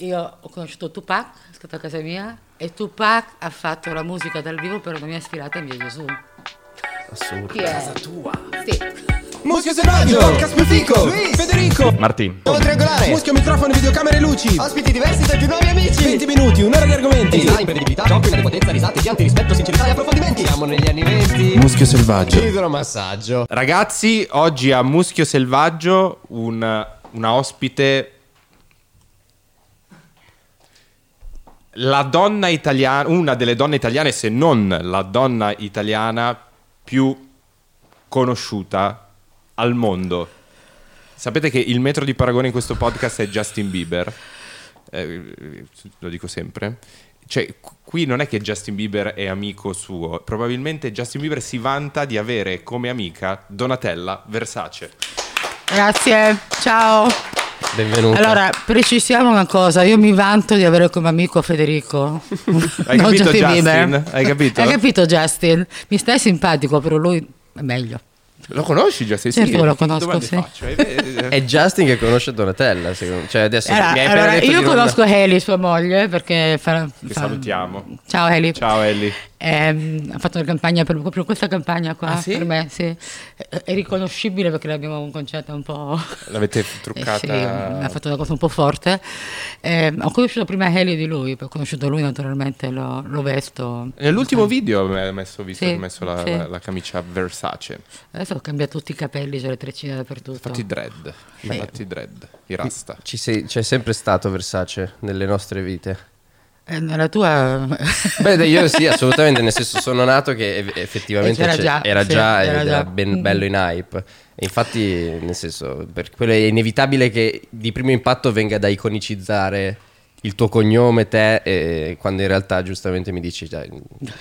Io ho conosciuto Tupac, è stato a casa mia, e Tupac ha fatto la musica dal vivo per una mia sfilata in via Gesù. Assurdo. Chi è? Casa tua. Sì. Muschio selvaggio, podcast mitico, Luis. Federico, Martin. Nuovo triangolare. muschio microfono, videocamere, luci, Ospiti diversi tra più nuovi amici. 20 minuti, un'ora di argomenti, Design, imprevedibilità, gioco, inadeguatezza, risate, pianti, rispetto, sincerità e approfondimenti. Siamo negli anni 20. muschio selvaggio. Idromassaggio. Ragazzi, oggi a Muschio Selvaggio un- una ospite. La donna italiana, una delle donne italiane, se non la donna italiana più conosciuta al mondo. Sapete che il metro di paragone in questo podcast è Justin Bieber. Eh, lo dico sempre. Cioè, qu- qui non è che Justin Bieber è amico suo, probabilmente Justin Bieber si vanta di avere come amica Donatella Versace. Grazie, ciao. Benvenuto. Allora, precisiamo una cosa, io mi vanto di avere come amico Federico. Hai Non capito, Justin? Bieber. Hai capito? Hai capito Justin? Mi stai simpatico, però lui è meglio. Lo conosci Justin? Certo che lo conosco, domande sì. faccio? Eh, eh, eh. È Justin che conosce Donatella, secondo Cioè, adesso Allora, mi hai allora, appena detto io di non- conosco Haley, sua moglie, perché fa- Ti fa- salutiamo. Ciao Haley. Ciao Ellie. Ehm, ha fatto una campagna per, proprio questa campagna qua Ah, sì? per me, sì. È, è riconoscibile perché l'abbiamo un concetto un po'. L'avete Eh sì, ha truccata. fatto una cosa un po' forte. Ehm, ho conosciuto prima Haley di lui, poi ho conosciuto lui naturalmente, lo, lo vesto. Nell'ultimo video ho messo, visto Sì, che ho messo la, sì. la- la camicia Versace. Adesso ho cambiato tutti i capelli, c'ho le treccine dappertutto. Fatti i dread. Fatti i dread. I rasta. Ci sei- c'è sempre stato Versace nelle nostre vite. Eh, nella tua... Beh, dai, io sì, assolutamente, nel senso sono nato che ev- effettivamente E c'era c'è- già, era sì, già ed era era già. ben bello in hype. E infatti, nel senso, per quello è inevitabile che di primo impatto venga da iconicizzare il tuo cognome, te, e- quando in realtà giustamente mi dici, dai,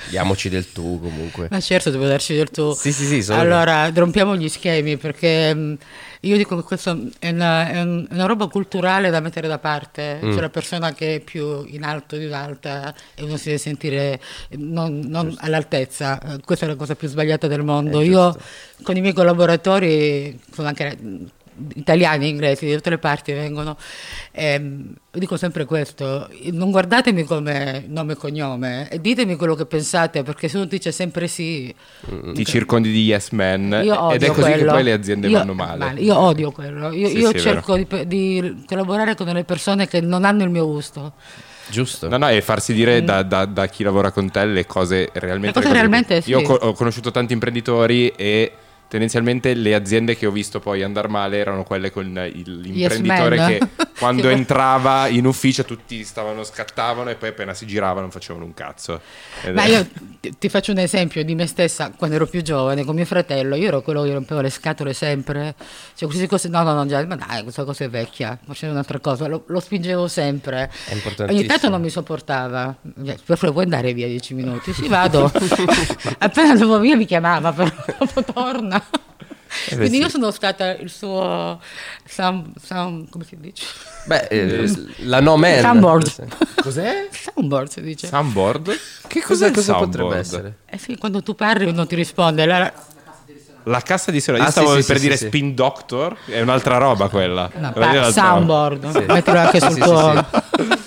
diamoci del tu comunque. Ma certo, devo darci del tuo. Sì, sì, sì, solo che- Allora, rompiamo gli schemi perché mh, io dico che questa è una, è un- è una roba culturale da mettere da parte. Mm. Cioè, la persona che è più in alto di un'altra e uno si deve sentire non, non all'altezza. Eh, Questa è la cosa più sbagliata del mondo. È Io Eh, giusto. con i miei collaboratori, sono anche mh, italiani, inglesi, di tutte le parti vengono, ehm, dico sempre questo, non guardatemi come nome e cognome, eh, ditemi quello che pensate, perché se uno dice sempre sì, Ti circondi di yes men. io odio Ed è così che quello. poi le aziende Io- vanno male. Io odio quello, io, Sì, io sì, è cerco di, pe- di collaborare con delle persone che non hanno il mio gusto, Giusto? No, no, e farsi Mm. dire da, da- da chi lavora con te le cose realmente. Le cose che- realmente, sì. Io ho co- ho conosciuto tanti imprenditori e tendenzialmente le aziende che ho visto poi andare male erano quelle con il- l'imprenditore man. che quando Sì. entrava in ufficio tutti stavano, scattavano e poi appena si giravano non facevano un cazzo. Ed ma Eh. è- io ti- ti faccio un esempio di me stessa quando ero più giovane con mio fratello, io ero quello che rompevo le scatole sempre, cioè queste cose, no no no, già, ma dai questa cosa è vecchia, facendo un'altra cosa, lo, lo spingevo sempre, È importantissimo. ogni tanto non mi sopportava, Eh, per favore puoi andare via dieci minuti, sì vado, appena andavo via mi chiamava, però dopo torna. Eh Quindi io sono stata il suo sound, sound- come si dice? Beh, eh, la no man. Soundboard. Cos'è? Soundboard si dice. Soundboard? Che Cosa, cos'è cosa il potrebbe soundboard? essere? Eh sì, quando tu parli non ti risponde. allora- La cassa di sonora. Io Ah, sì, stavo sì, per sì, dire sì, sì. spin doctor, è un'altra roba quella. No, Volevo dire pa- un'altra roba. soundboard, Sì. mettilo anche Sì, sul sì, tuo. sì,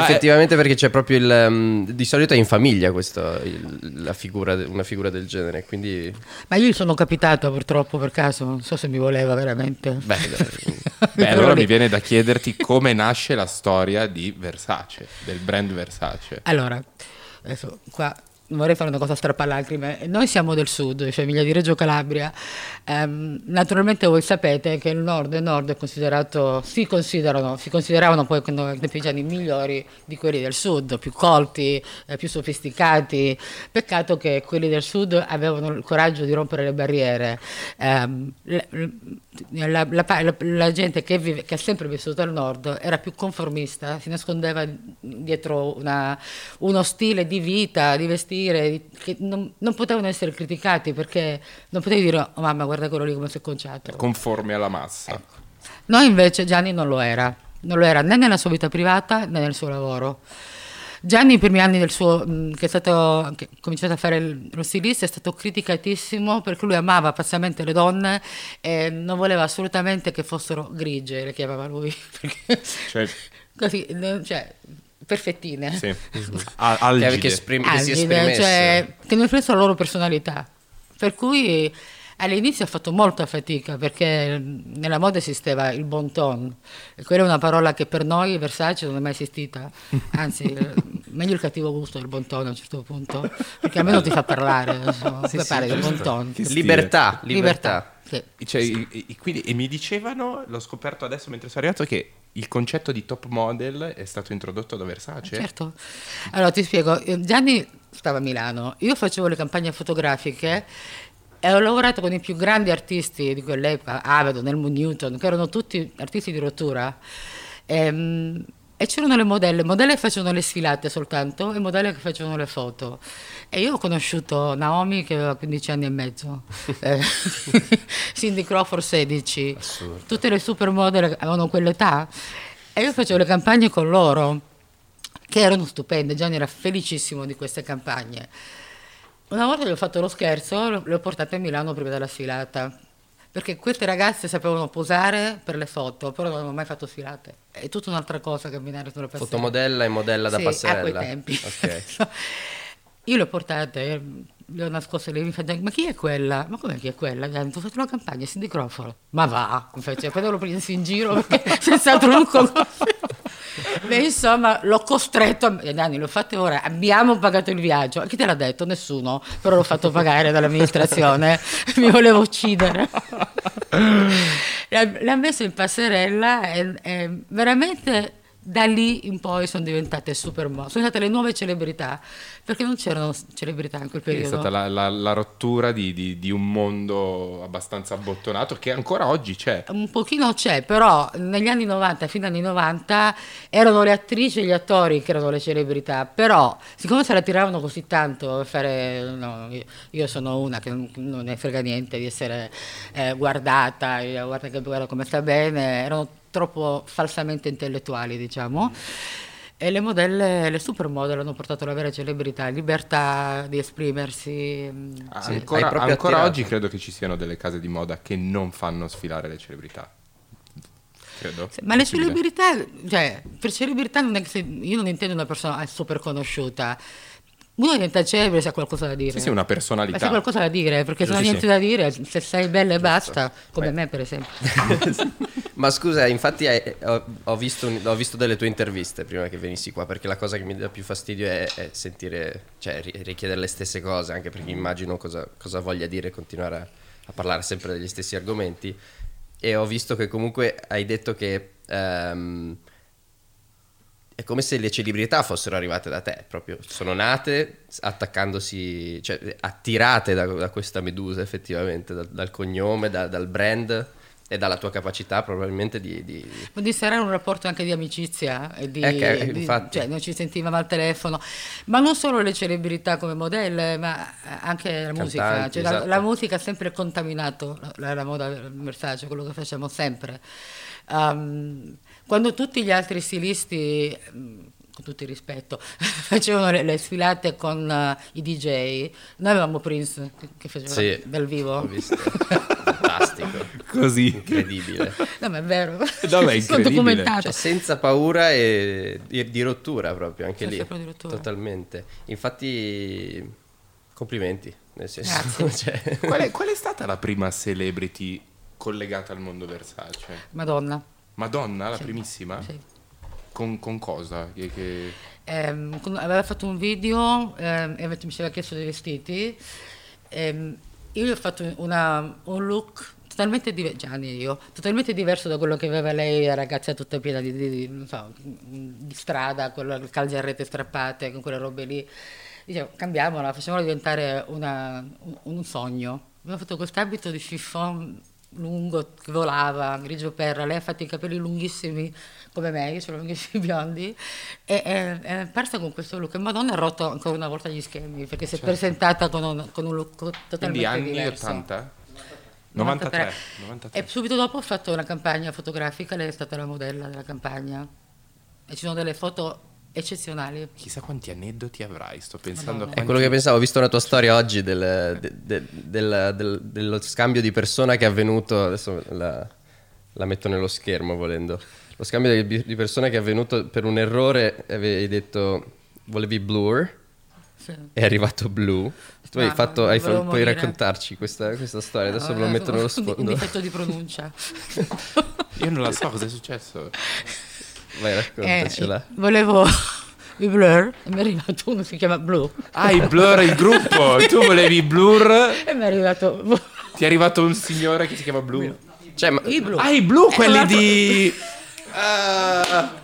Beh, è- effettivamente perché c'è proprio il ehm, di solito è in famiglia questo il- la figura de- una figura del genere, quindi Ma io gli sono capitato purtroppo per caso, non so se mi voleva veramente. beh, Beh, Però allora lì- mi viene da chiederti come nasce la storia di Versace, del brand Versace. Allora, adesso qua non vorrei fare una cosa strappalacrime. Noi siamo del sud, cioè Emilia di Reggio Calabria. Ehm, naturalmente voi sapete che il nord e il nord è considerato, si considerano, si consideravano poi quando i pigiani migliori di quelli del sud, più colti, eh, più sofisticati. Peccato che quelli del sud avevano il coraggio di rompere le barriere. Ehm, la, la- la pa- la- la gente che, vive- che ha sempre vissuto al nord era più conformista, si nascondeva dietro una- uno stile di vita, di vestire, di- che non, non potevano essere criticati perché non potevi dire oh mamma guarda quello lì come si è conciato. Conforme alla massa. Noi invece Gianni non lo era, non lo era né nella sua vita privata né nel suo lavoro. Gianni i primi anni del suo, mh, che è stato, che ha cominciato a fare il- lo stilista, è stato criticatissimo perché lui amava pazzamente le donne e non voleva assolutamente che fossero grigie, le chiamava lui. perché- Cioè, così, no, cioè, perfettine. Sì. A- Che, algide. che esprim- che si Ah, Algide, esprimesse. cioè, che mi presso la loro personalità. Per cui eh, all'inizio ho fatto molta fatica perché mm, nella moda esisteva il bon ton, e quella è una parola che per noi Versace non è mai esistita, anzi eh, meglio il cattivo gusto del bon ton a un certo punto, perché almeno ti fa parlare, insomma, Sì, come sì, pare il giusto. bon ton. Che stile. Libertà, libertà. Sì. Cioè, i- i- quindi- e mi dicevano, l'ho scoperto adesso mentre sono arrivato, che il concetto di top model è stato introdotto da Versace. Certo. Allora ti spiego, Eh, Gianni stava a Milano, io facevo le campagne fotografiche e ho lavorato con i più grandi artisti di quell'epoca, Avedon, Helmut Newton, che erano tutti artisti di rottura. Ehm, E, c'erano le modelle, modelle che facevano le sfilate soltanto e modelle che facevano le foto. E io ho conosciuto Naomi che aveva 15 anni e mezzo, eh, Cindy Crawford 16, tutte le supermodel avevano quell'età e io facevo le campagne con loro che erano stupende, Gianni era felicissimo di queste campagne. Una volta gli ho fatto lo scherzo, le ho portate a Milano prima della sfilata, perché queste ragazze sapevano posare per le foto, però non avevano mai fatto sfilate. È tutta un'altra cosa camminare sulla passerella. Fotomodella e modella da Sì, passerella. a quei tempi. Ok. Io le ho portate, eh, le ho nascoste lì, mi fa Gianni, ma chi è quella? Ma come chi è quella? Gianni, tu hai fatto la campagna, Cindy Crawford. Ma va, mi fece, poi lo presi in giro perché senz'altro non conosco. Beh, insomma, l'ho costretto, a- eh, Gianni, l'ho fatto ora, abbiamo pagato il viaggio. Chi te l'ha detto? Nessuno, però l'ho fatto pagare dall'amministrazione, mi volevo uccidere. L'ha, l'ha messo in passerella e, e veramente da lì in poi sono diventate super mo- sono state le nuove celebrità perché non c'erano s- celebrità in quel Quindi è periodo stata la, la- la rottura di, di- di un mondo abbastanza abbottonato che ancora oggi c'è. un pochino c'è però negli anni 90 fino agli anni 90 erano le attrici e gli attori che erano le celebrità però siccome se la tiravano così tanto a fare no, io- io sono una che non, non ne frega niente di essere eh, guardata eh, guarda che guarda come sta bene erano troppo falsamente intellettuali diciamo E le modelle, le supermodel hanno portato la vera celebrità, libertà di esprimersi. mm, sì. ancora hai proprio ancora attirato. oggi credo che ci siano delle case di moda che non fanno sfilare le celebrità. Credo. Ma le Possibile. celebrità, cioè, per celebrità non è che se- io non intendo una persona super conosciuta. Uno diventa celebre se ha qualcosa da dire. Sì, sì, una Ma se personalità. ha qualcosa da dire, perché se non hai Sì, niente da dire, se sei bella e basta, come me per esempio. Ma scusa, infatti eh, ho, ho visto, un- ho visto delle tue interviste prima che venissi qua, perché la cosa che mi dà più fastidio è, è sentire, cioè ri- richiedere le stesse cose, anche perché immagino cosa, cosa voglia dire continuare a, a parlare sempre degli stessi argomenti. E ho visto che comunque hai detto che ehm, è come se le celebrità fossero arrivate da te, proprio sono nate attaccandosi, cioè attirate da, da questa medusa effettivamente, dal, dal cognome, da- dal brand e dalla tua capacità probabilmente di... di- Ma di sarà un rapporto anche di amicizia, e di, Eh, che- di- infatti. cioè non ci sentivamo al telefono, ma non solo le celebrità come modelle, ma eh, anche la musica, cioè, la, esatto. la musica ha sempre contaminato la, la- la moda del Versace, quello che facciamo sempre. Ehm, quando tutti gli altri stilisti, mm, con tutto il rispetto, facevano le, le sfilate con eh, i DJ, noi avevamo Prince che, che faceva Sì. dal vivo. Ho visto. Fantastico, Così. incredibile. No, ma è vero, No, ma è Sono incredibile. documentato. Cioè, senza paura e di, di rottura proprio, anche Senza lì. paura di rottura. Totalmente. Infatti, complimenti, nel senso... Grazie. cioè- Qual è, qual è stata la prima celebrity collegata al mondo Versace? Madonna. Madonna, la primissima? Sì. Con, con cosa? Che- che- Ehm, con- aveva fatto un video ehm, e mi aveva chiesto dei vestiti. Ehm, io gli ho fatto una- un look totalmente diverso, Gianni e io, totalmente diverso da quello che aveva lei, la ragazza tutta piena di, di- di- non so, di strada, con calze a rete strappate, con quelle robe lì. Dicevo, cambiamola, facciamola diventare una- un, un sogno. Abbiamo fatto quest'abito di chiffon lungo che volava, grigio perla, lei ha fatto i capelli lunghissimi come me, io sono lunghissimi biondi, e è, è apparsa con questo look. E Madonna ha rotto ancora una volta gli schemi perché Certo. si è presentata con un, con un look totalmente Quindi anni diverso. 80? 93. 93. E subito dopo ho fatto una campagna fotografica, lei è stata la modella della campagna e ci sono delle foto eccezionali. Chissà quanti aneddoti avrai, sto pensando a È quanti... quello che pensavo, ho visto la tua storia oggi del- de- de- del- del- dello scambio di persona che è avvenuto, adesso la, la metto nello schermo volendo, lo scambio di, di persone che è avvenuto per un errore, avevi detto volevi blur, Sì. è arrivato blu. Tu hai Ah, fatto, non hai volevo fa- puoi morire. Ah, raccontarci questa, questa storia, adesso ve lo Vabbè, metto nello un- Un sfondo. difetto di pronuncia. Io non la so cosa è successo. Vai, Eh, raccontacela. volevo i blur, e mi è arrivato uno che si chiama Blue. Ah, i Blur, il gruppo. Tu volevi Blur. E mi è arrivato Ti è arrivato un signore che si chiama Blue. Eh, Cioè, ma- i Blue. Ah, i Blue, Eh, quelli tra l'altro- di... Ah,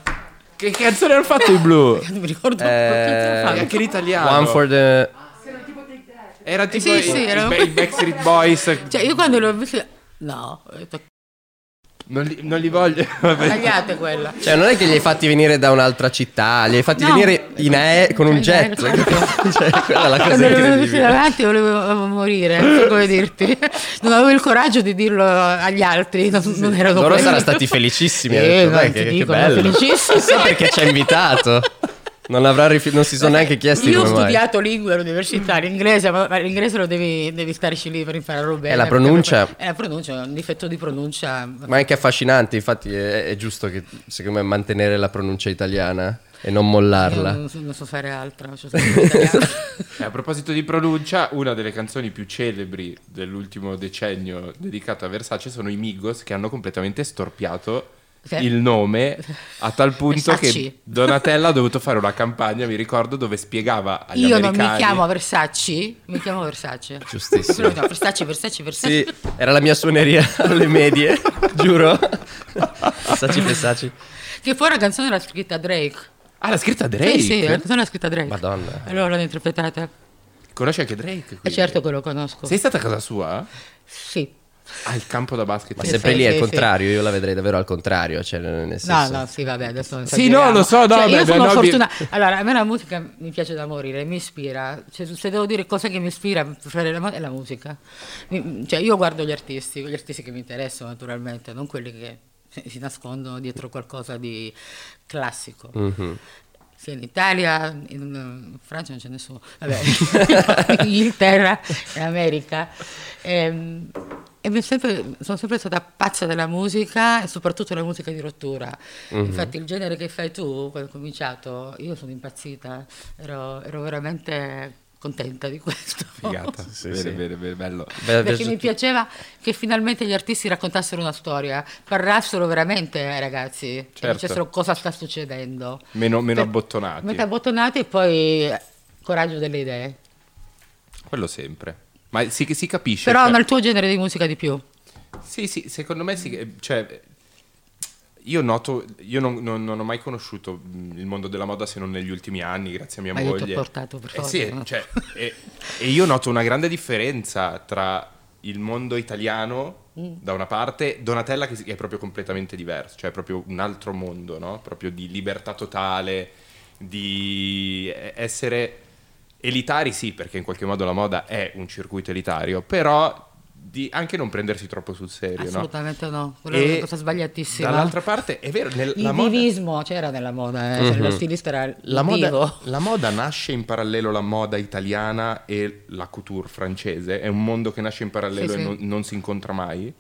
che canzone hanno fatto i Blue? Non mi ricordo Eh, che E anche l'italiano. one for the... Era tipo Sì, i, sì, i- era- i Backstreet Boys. Cioè, io quando l'ho visto no, ho detto, Non li, non li voglio. Vabbè. tagliate quella. Cioè, non è che li hai fatti venire da un'altra città, li hai fatti No. venire in aereo con un In aereo. jet. cioè, quella è la cosa Quando l'ho visto incredibile. davanti volevo, volevo morire, non so come dirti. Non avevo il coraggio di dirlo agli altri, non, non erano Loro quelli. saranno stati felicissimi. Eh, hanno detto, no, "Dai, ti che, che dico, bello. felicissimi. Chissà perché ci ha invitato. Non, avrà rifi- non si sono neanche chiesti Io ho come mai. studiato lingua all'università, l'inglese, ma ma l'inglese lo devi, devi starci lì per impararlo bene. la perché pronuncia. poi- È la pronuncia, è un difetto di pronuncia. Ma è anche affascinante, infatti è, è giusto che secondo me mantenere la pronuncia italiana e non mollarla. Io non, so- non so fare altro. cioè, sono italiana. Eh, A proposito di pronuncia, una delle canzoni più celebri dell'ultimo decennio dedicata a Versace sono i Migos che hanno completamente storpiato Sì. il nome a tal punto Cioè Versace. che Donatella ha dovuto fare una campagna, mi ricordo, dove spiegava agli Io non americani mi chiamo Versace, mi chiamo Versace. Giustissimo. Però mi chiamo Versace, Versace, Versace. Sì, era la mia suoneria alle medie, giuro. Pensaci, pensaci. Che poi la canzone era scritta Drake. Ah, l'ha scritta Drake? Sì, sì, la canzone era scritta Drake. Madonna. Allora l'hanno interpretata. E Conosci anche Drake? quindi? certo che lo conosco. Sei stata a casa sua? Sì. Al campo da basket? Ma Sì, sempre sì, lì è sì, il sì. contrario, io la vedrei davvero al contrario. Cioè, nel No, senso- no, sì, vabbè, adesso non Sì, esageriamo. no, lo so, no, Cioè, beh, io sono no, vi- fortunata. Allora, a me la musica mi piace da morire, mi ispira. Cioè, se devo dire cosa che mi ispira, preferirei la mu- è la musica. Mi- Cioè, io guardo gli artisti, gli artisti che mi interessano naturalmente, non quelli che si nascondono dietro qualcosa di classico. Mm. Sì, in Italia, in, in Francia non c'è nessuno, vabbè, in Inghilterra, in America. Ehm, E, mi è sempre- sono sempre stata pazza della musica e soprattutto della musica di rottura. Mhm. Infatti il genere che fai tu, quando ho cominciato, io sono impazzita, ero, ero veramente contenta di questo. Figata. bene, bene, bene, bello. Beh, Perché giusto- mi piaceva che finalmente gli artisti raccontassero una storia, parlassero veramente ai ragazzi, e Certo. dicessero cosa sta succedendo. Meno, meno Per- abbottonati. Meta abbottonati e poi eh, coraggio delle idee. Quello sempre. Ma si, si capisce. Però cioè- nel tuo genere di musica di più. Sì, sì, secondo me sì. Cioè, io noto, io non, non- non ho mai conosciuto mh, il mondo della moda se non negli ultimi anni, grazie a mia Ma io ti ho moglie. portato, per Eh forza, sì, no? cioè, e, e io noto una grande differenza tra il mondo italiano Mm. da una parte, Donatella che si- che è proprio completamente diverso, cioè è proprio un altro mondo, no? Proprio di libertà totale, di essere elitari sì, perché in qualche modo la moda è un circuito elitario, però di anche non prendersi troppo sul serio, no? Assolutamente no. Quella è una cosa sbagliatissima. Dall'altra parte è vero, nel- la Il moda, Mhm. divismo c'era nella moda, eh. Cioè, lo stilista era il la, moda, divo. la moda nasce in parallelo alla moda italiana e la couture francese, è un mondo che nasce in parallelo Sì, e sì. Non, non si incontra mai.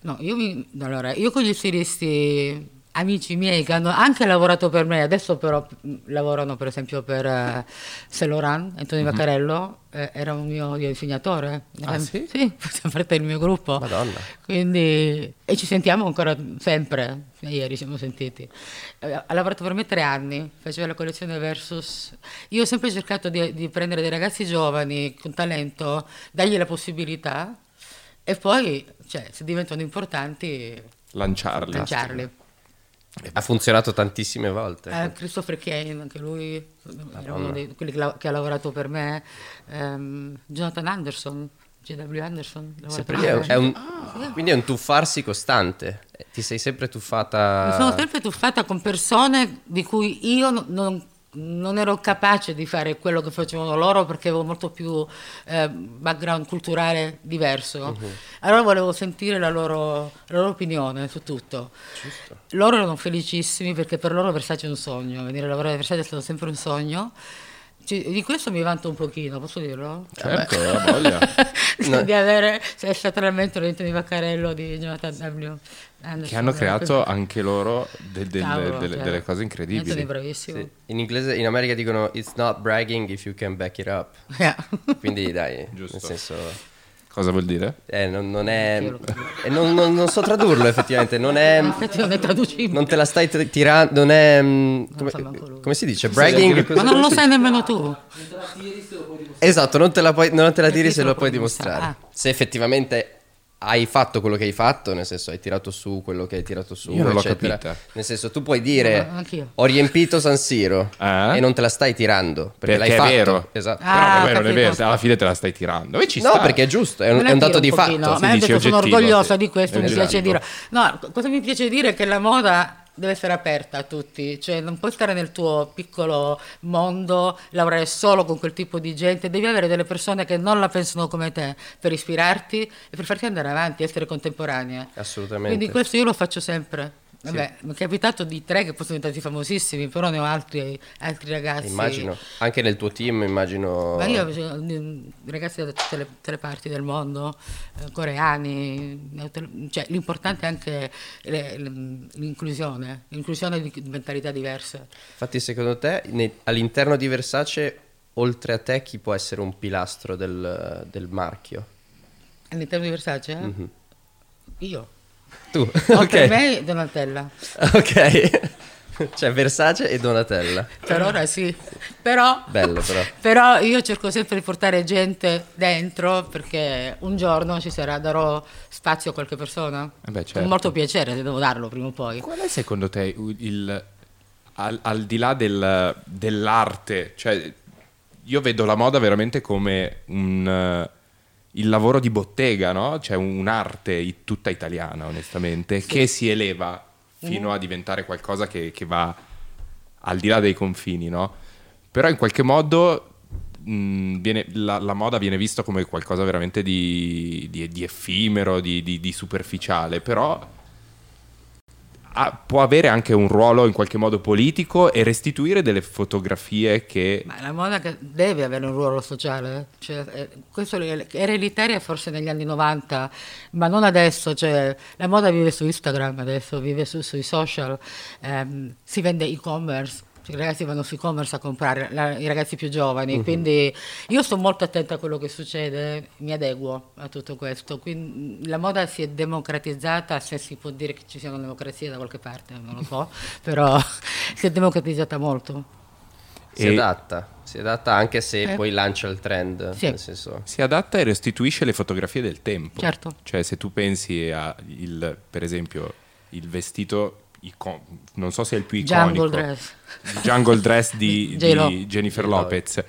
No, io, mi- allora, io con gli stilisti amici miei che hanno anche lavorato per me, adesso però mh, lavorano per esempio per eh, Saint Laurent, Antonio Vaccarello, eh, era un mio disegnatore, Mhm. Ah, Eh, sì? faceva parte del mio gruppo. Madonna. Quindi, e ci sentiamo ancora sempre, fino a ieri ci siamo sentiti. Eh, Ha lavorato per me tre anni, faceva la collezione Versus. Io ho sempre cercato di, di prendere dei ragazzi giovani con talento, dargli la possibilità e poi, cioè, se diventano importanti, Lanciarla. lanciarli. Ha funzionato tantissime volte. Eh, Christopher Kane, anche lui, Ah, era uno di quelli che, la- che ha lavorato per me. Ehm, Jonathan Anderson, J.W. Anderson. ha lavorato Sempre per lì è un- me. è un- Ah, Quindi è un tuffarsi costante. Eh, Ti sei sempre tuffata. Mi Ah. sono sempre tuffata con persone di cui io no- non, non ero capace di fare quello che facevano loro perché avevo molto più eh, background culturale diverso. Mhm. Allora volevo sentire la loro, la loro opinione su tutto. Loro erano felicissimi perché per loro Versace è un sogno, venire a lavorare a Versace è stato sempre un sogno. Ci- di questo mi vanto un pochino, posso dirlo? Certo, la voglia. Di- No. Di avere se letteralmente un dentro di vaccarello di Jonathan W. Anderson. Che hanno creato anche loro del- del- Cavolo, delle- cioè. delle Anthony cose è incredibili. bravissimo. Sì. In inglese, in America dicono it's not bragging if you can back it up. Yeah. Quindi dai, Giusto. nel senso, Cosa vuol dire? eh, non, non è... Io lo- eh, non, non- non so tradurlo effettivamente, non è... Infatti non è traducibile. Non te la stai tir- tirando, non è... mm, Non Come, sa manco lui. come si dice? Bragging? Ma cosa- non lo sai nemmeno tu. Esatto, non te la, puoi- non te la tiri Perché se te lo lo puoi puoi dimostrare. dimostrare. Se effettivamente hai fatto quello che hai fatto, nel senso hai tirato su quello che hai tirato su, Io non l'ho eccetera. capita. Nel senso tu puoi dire No, anch'io. ho riempito San Siro Eh? e non te la stai tirando perché, Perché, l'hai è fatto. vero. Esatto. Ah, Però non è vero, capito. non è vero. Alla fine te la stai tirando. E ci No, sta. perché è giusto, è un, Me la è un tiro dato di pochino, fatto. sì, Ma ho dici detto sono oggettivo, orgogliosa sì. di questo, mi Esatto. piace dire. No, cosa mi piace dire è che la moda deve essere aperta a tutti, cioè non puoi stare nel tuo piccolo mondo, lavorare solo con quel tipo di gente, devi avere delle persone che non la pensano come te per ispirarti e per farti andare avanti, essere contemporanea. Assolutamente. Quindi questo io lo faccio sempre. Vabbè, mi è capitato di tre che poi sono diventati famosissimi, però ne ho altri, altri ragazzi. Immagino, anche nel tuo team immagino... Ma io cioè, ragazzi da tutte le, tutte le parti del mondo, eh, coreani, neutral- cioè, l'importante è anche le- le- l'inclusione, l'inclusione di di mentalità diverse. Infatti secondo te ne- all'interno di Versace, oltre a te, chi può essere un pilastro del, del marchio? All'interno di Versace? eh? Io. Tu, Oltre Mhm. ok. me Donatella. Ok, cioè Versace e Donatella. Per Eh. ora sì, però, Bello, però. però io cerco sempre di portare gente dentro perché un giorno ci sarà, darò spazio a qualche persona. Eh beh, certo. Con molto piacere, devo darlo prima o poi. Qual è secondo te u- il al, al di là del- dell'arte? Cioè, io vedo la moda veramente come un, eh, il lavoro di bottega, no? Cioè un- un'arte i- tutta italiana, onestamente, che si eleva fino a diventare qualcosa che, che va al di là dei confini, no? Però in qualche modo mh, viene- la, la moda viene vista come qualcosa veramente di, di- di effimero, di- di- di superficiale, però ha- può avere anche un ruolo in qualche modo politico e restituire delle fotografie che... Ma la moda che deve avere un ruolo sociale, cioè, eh, questo è- era elitaria forse negli anni 90, ma non adesso, cioè, la moda vive su Instagram adesso, vive su- sui social, ehm, si vende e-commerce. I ragazzi vanno su e-commerce a comprare, la- i ragazzi più giovani, quindi io sto molto attenta a quello che succede, mi adeguo a tutto questo. Quindi, la moda si è democratizzata, se si può dire che ci sia una democrazia da qualche parte, non lo so, però si è democratizzata molto. Si E- adatta, si adatta anche se Eh. poi lancia il trend. Sì. Nel senso, si adatta e restituisce le fotografie del tempo. Certo. Cioè, se tu pensi a, il- per esempio, il vestito, icon- non so se è il più iconico, Jungle Dress. il jungle dress di, J-Lo. di Jennifer Lopez,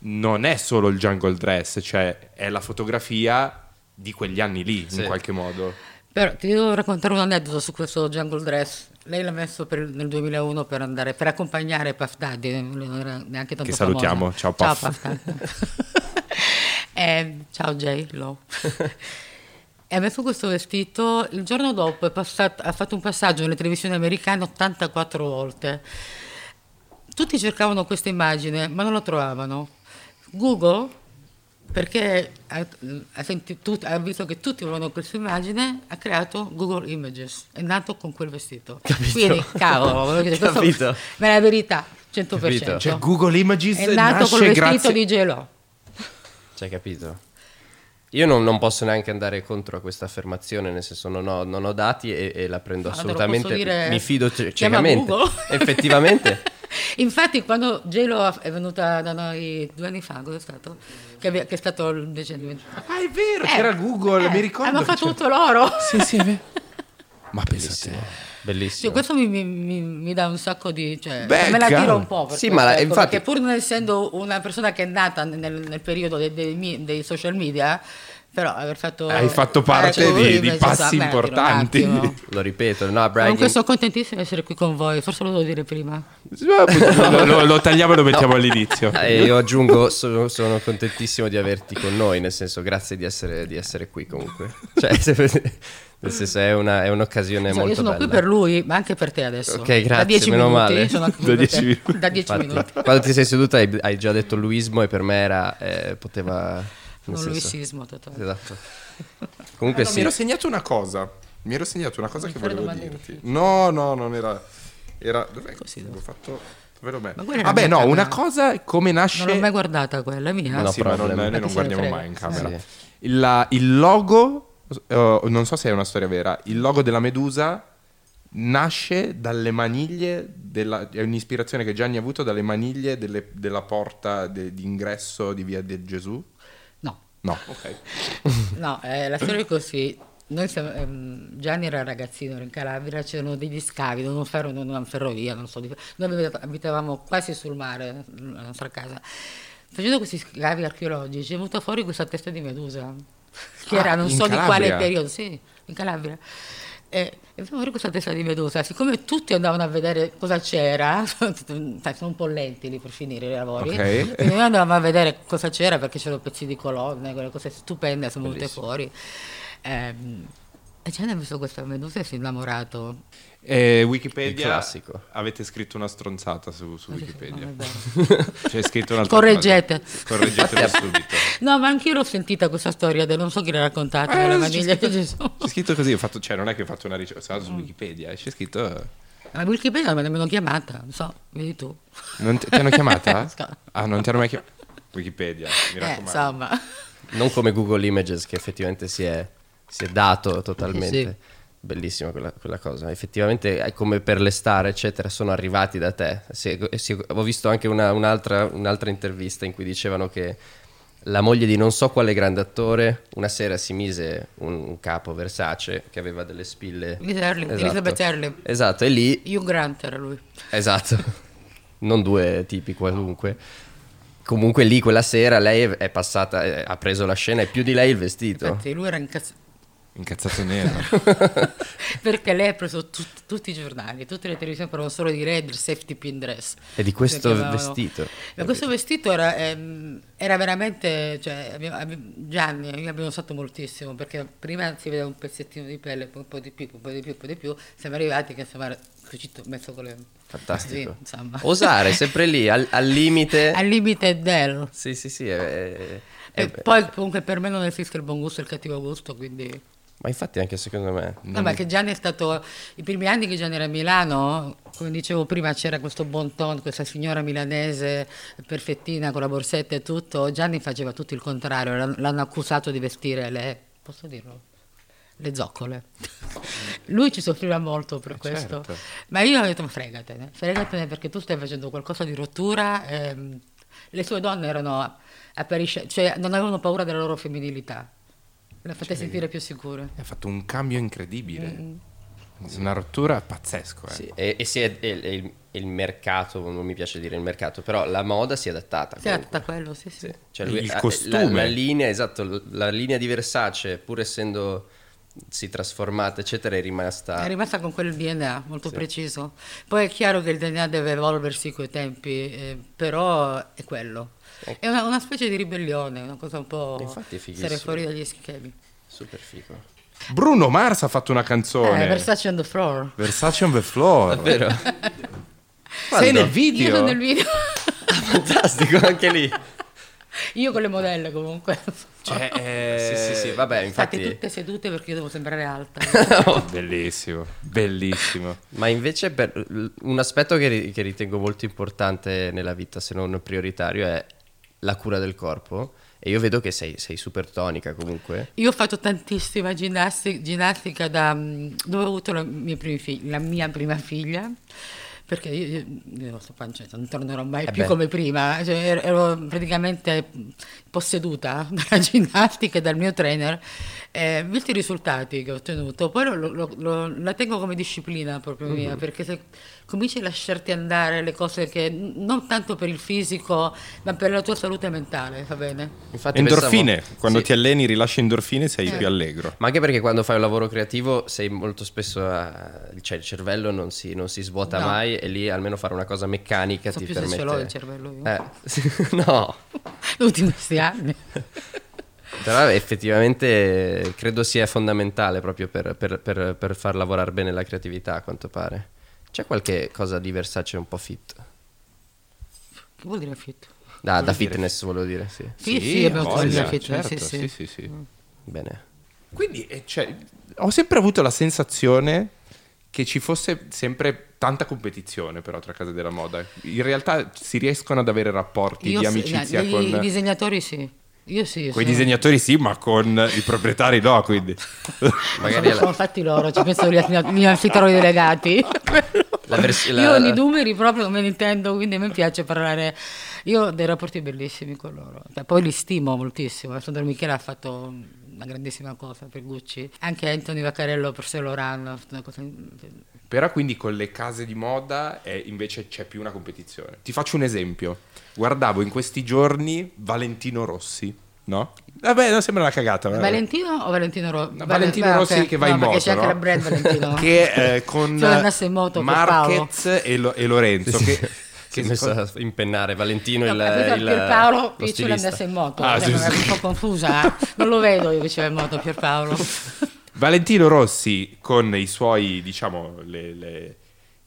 non è solo il jungle dress, cioè è la fotografia di quegli anni lì, Sì. in qualche modo. Però ti devo raccontare un aneddoto su questo Jungle Dress. Lei l'ha messo per il- nel 2001 per, andare, per accompagnare Puff Daddy, non era neanche tanto Che salutiamo. famosa. Ciao, Puff. Ciao Puff. Ehm, ciao Jay, lo. E ha messo questo vestito, il giorno dopo è passat- ha fatto un passaggio nelle televisioni americane 84 volte. Tutti cercavano questa immagine, ma non la trovavano. Google, perché ha, ha senti- tut- ha visto che tutti volevano questa immagine, ha creato Google Images, è nato con quel vestito. Quindi, cavolo, voglio dire, questo- Capito. ma è la verità, 100%. Capito. Cioè, Google Images è nato nasce col vestito grazie... di Gelò. cioè, capito? Io non, non posso neanche andare contro a questa affermazione, nel senso non ho, non ho dati e, e la prendo Ah, te lo assolutamente, posso dire? mi fido ce- Chiama ciecamente. Google. Effettivamente, Infatti, quando Gelo è venuta da noi due anni fa, cosa è stato? Che, abbi- che è stato il decennio. Ah, è vero, Eh, c'era Google, eh, mi ricordo. Hanno che fatto c'era- tutto loro. Sì, sì, è vero. Ma pensa te. Cioè, bellissimo. questo mi, mi- mi- mi dà un sacco di. Cioè, Beh, me la cavolo. tiro un po'. per Sì, questo, ma la- ecco, infatti- Perché pur non essendo una persona che è nata nel, nel periodo dei, dei mi- dei social media, Però aver fatto... Hai fatto parte tu, di- di invece, passi ammatti un importanti. attimo. Lo ripeto, no, Brian. Comunque sono contentissima di essere qui con voi, forse lo devo dire prima. lo, lo- lo tagliamo e lo mettiamo all'inizio. Ah, E io aggiungo, sono, sono contentissimo di averti con noi, nel senso grazie di essere, di essere qui comunque. Cioè, se- nel senso è, una- è un'occasione Insomma, molto io sono bella. qui per lui, ma anche per te adesso. Ok, grazie, da 10 meno minuti, male. sono anche qui Da per 10 te. minuti. Da 10 Infatti, minuti. Cioè, Quando ti sei seduta hai, hai già detto Luismo e per me era, eh, poteva... nel Un senso- luissismo totale. Esatto. Ah, Comunque no, sì. Mi ero segnato una cosa. Mi ero segnato una cosa Mi che fai le volevo domande dirti. No, no, non era. Era. Dov'è? Così, L'ho dove? fatto. Dove l'ho messo? Ma quella era Vabbè, mia no, camera. una cosa è come nasce. Non l'ho mai guardata quella, è mia. Ah, No, sì, ma non, problem. noi Ma chi non se ne guardiamo frega? mai in camera. Sì. Il, la- il logo. eh, non so se è una storia vera. Il logo della Medusa nasce dalle maniglie. della- è un'ispirazione che Gianni ha avuto dalle maniglie delle- della porta de- d'ingresso di via del Gesù. No, No, ok. no, eh, la storia è così. Noi siamo, ehm, Gianni era ragazzino, era in Calabria, c'erano degli scavi, dovevano fare una, una ferrovia, non so. di- Noi abita- abitavamo quasi sul mare, mm, la nostra casa. Facendo questi scavi archeologici è venuta fuori questa testa di Medusa, che Ah, era non in so di quale Calabria? periodo, sì, in Calabria. E, e abbiamo fuori questa testa di Medusa, siccome tutti andavano a vedere cosa c'era, sai, sono un po' lenti lì per finire i lavori, Ok. quindi noi andavamo a vedere cosa c'era perché c'erano pezzi di colonne, quelle cose stupende sono venute fuori. Ehm, e Gianni ha visto questa medusa e si è innamorato. Eh, Il Wikipedia, classico. avete scritto una stronzata su, su Wikipedia. Non è vero. C'è scritto una Correggete. Correggetela subito. No, ma anch'io l'ho sentita questa storia, del- non so chi l'ha raccontata, Eh, della c'è vaniglia scritto- di Gesù. Mm. C'è scritto così, ho fatto- cioè non è che ho fatto una ricerca, sono andato su Wikipedia e c'è scritto... Ma Wikipedia non mi ha nemmeno chiamata, non so, vedi tu. Non ti, ti hanno chiamata? Scusa. ah, non ti hanno mai chiamata? Wikipedia, mi Eh, raccomando. insomma. Non come Google Images che effettivamente si è, si è dato totalmente. Sì. Bellissima quella, quella cosa. Effettivamente è come per le star, eccetera, sono arrivati da te. Se- se- ho visto anche una- un'altra, un'altra intervista in cui dicevano che la moglie di non so quale grande attore una sera si mise un, un capo Versace che aveva delle spille. Miss Early, Elizabeth Early. Esatto, e lì Hugh Grant era lui. Esatto, non due tipi qualunque. Comunque lì quella sera lei è passata, eh, ha preso la scena e più di lei il vestito. Infatti lui era incazzato. Incazzato nero. Perché lei ha preso tut- tutti i giornali, tutte le televisioni parlano solo di lei, del safety pin dress. E di questo Che chiamavano. vestito, Ma questo vestito era, ehm, era veramente, cioè, abbiamo- abbi- Gianni, io abbiamo usato moltissimo, perché prima si vedeva un pezzettino di pelle, poi un po' di più, poi un po' di più, poi di più, siamo arrivati che insomma era così to- messo con le... Fantastico. così, insomma. Osare, sempre lì, al, al limite. Al Eh, limite del... Sì, sì, sì. è- è- E è- poi comunque per me non esiste il buon gusto e il cattivo gusto, quindi... Ma infatti anche secondo me. No, ma che Gianni è stato. I primi anni che Gianni era a Milano, come dicevo prima, c'era questo bon ton, questa signora milanese perfettina con la borsetta e tutto. Gianni faceva tutto il contrario, l'han- l'hanno accusato di vestire le. posso dirlo? Le zoccole. Lui ci soffriva molto per questo. Ma io ho detto: "Ma fregatene, fregatene perché tu stai facendo qualcosa di rottura. ehm, le sue donne erano apparisce, cioè non avevano paura della loro femminilità. Le fate sentire più sicure. ha fatto un cambio incredibile. Mm. Una rottura pazzesco. Eh. Sì, e, e si è- e- e il, e il mercato, non mi piace dire il mercato, però la moda si è adattata. Sì, era comunque. tutta quello, sì, sì. Sì, cioè Il lui- la- costume. La, la linea, esatto, l- la linea di Versace, pur essendo si trasformata, eccetera, è rimasta. È rimasta con quel DNA molto preciso. Poi è chiaro che il DNA deve evolversi coi tempi, eh, però è quello. È una, una specie di ribellione, una cosa un po' Infatti è fighissimo. stare fuori dagli schemi. Super figo. Bruno Mars ha fatto una Oh, canzone. Eh, Versace on the floor. Versace on the floor. Vero? Sei nel Io sono video? nel video. Fantastico, anche lì. Io con le modelle comunque. Cioè, eh, Sì, sì, sì, vabbè, State infatti. tutte sedute perché io devo sembrare alta. Oh. Bellissimo, bellissimo. Ma invece per l- un aspetto che, ri- che ritengo molto importante nella vita, se non prioritario, è la cura del corpo. E io vedo che sei, sei super tonica comunque. Io ho fatto tantissima ginnasti- ginnastica, da mm, dove ho avuto la mia, primi fig- la mia prima figlia. Perché io, io- io sto qua, cioè, non tornerò mai Eh più beh. come prima, Cioè, ero- ero praticamente posseduta dalla ginnastica e dal mio trainer. Eh, visti i risultati che ho ottenuto, poi lo- lo- lo- la tengo come disciplina proprio mia, Mm-hmm. perché se cominci a lasciarti andare le cose che n- non tanto per il fisico, ma per la tua salute mentale, va bene? Infatti endorfine, pensavo- quando sì. ti alleni rilasci endorfine sei più allegro. Ma anche perché quando fai un lavoro creativo sei molto spesso. a- cioè, il cervello non si, non si svuota No. mai e lì almeno fare una cosa meccanica So ti più se permette. ce l'ho il cervello io. Eh, sì, no, Tutti questi anni. però effettivamente credo sia fondamentale proprio per, per- per- per far lavorare bene la creatività, a quanto pare. C'è qualche cosa di Versace un po' fit? Che vuol dire affitto? Da, da fitness volevo dire, sì. Sì, sì, abbiamo ha fatto voglia, la fitness, certo, sì, Mm. sì. sì, sì. Bene. Quindi eh, cioè, ho sempre avuto la sensazione che ci fosse sempre tanta competizione però tra case della moda. In realtà si riescono ad avere rapporti Io di sì, amicizia dai, con I disegnatori sì. Io sì. Con sono- i disegnatori sì, ma con i proprietari no, quindi. Magari sono, sono la, fatti loro, ci pensano gli atna- gli anfitrioni delegati. la vers- la- Io ho i numeri proprio me ne intendo, quindi a me piace parlare. Io ho dei rapporti bellissimi con loro. Cioè, poi li stimo moltissimo. Alessandro Michele ha fatto una grandissima cosa per Gucci. Anche Anthony Vaccarello per Saint Laurent. ha fatto una cosa- Però quindi con le case di moda eh, invece c'è più una competizione. Ti faccio un esempio. Guardavo in questi giorni Valentino Rossi, no? Vabbè, non sembra una cagata. ma- Valentino o Valentino Rossi? Eh. No, Valentino Rossi che va in moto, Perché c'è anche no? la brand Valentino. che eh, con Se non andasse in moto, per Paolo. Marquez e, Lo- e Lorenzo che, si che è messo a impennare Valentino No, il, capito, il Pierpaolo lo Piccioli stilista. andasse in moto, Ah, Cioè, sì, ero sì. un po' confusa, eh. non lo vedo io che c'è in moto Pierpaolo. Valentino Rossi con i suoi, diciamo, le- le-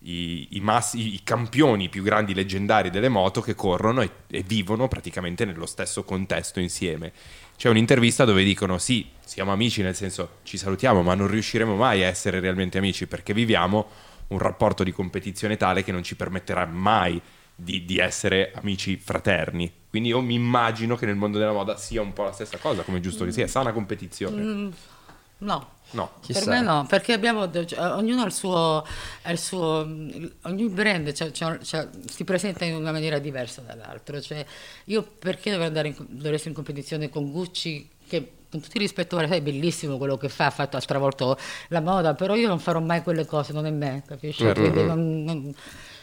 i, i mass- i- i campioni più grandi leggendari delle moto che corrono e, e vivono praticamente nello stesso contesto insieme. C'è un'intervista dove dicono sì, siamo amici, nel senso ci salutiamo, ma non riusciremo mai a essere realmente amici perché viviamo un rapporto di competizione tale che non ci permetterà mai di, di essere amici fraterni. Quindi io mi immagino che nel mondo della moda sia un po' la stessa cosa, come è giusto che sia, sana competizione. No. No. Chissà. Per me no, perché abbiamo, cioè, ognuno ha il suo, ha il suo ogni brand c'ha- c'ha- c'ha- si presenta in una maniera diversa dall'altro. Cioè, io perché dovrei andare in, dovrei essere in competizione con Gucci che con tutti i rispetto guarda, è bellissimo quello che fa, ha fatto ha stravolto la moda, però io non farò mai quelle cose, non è me, capisci? Certo. Quindi non, non-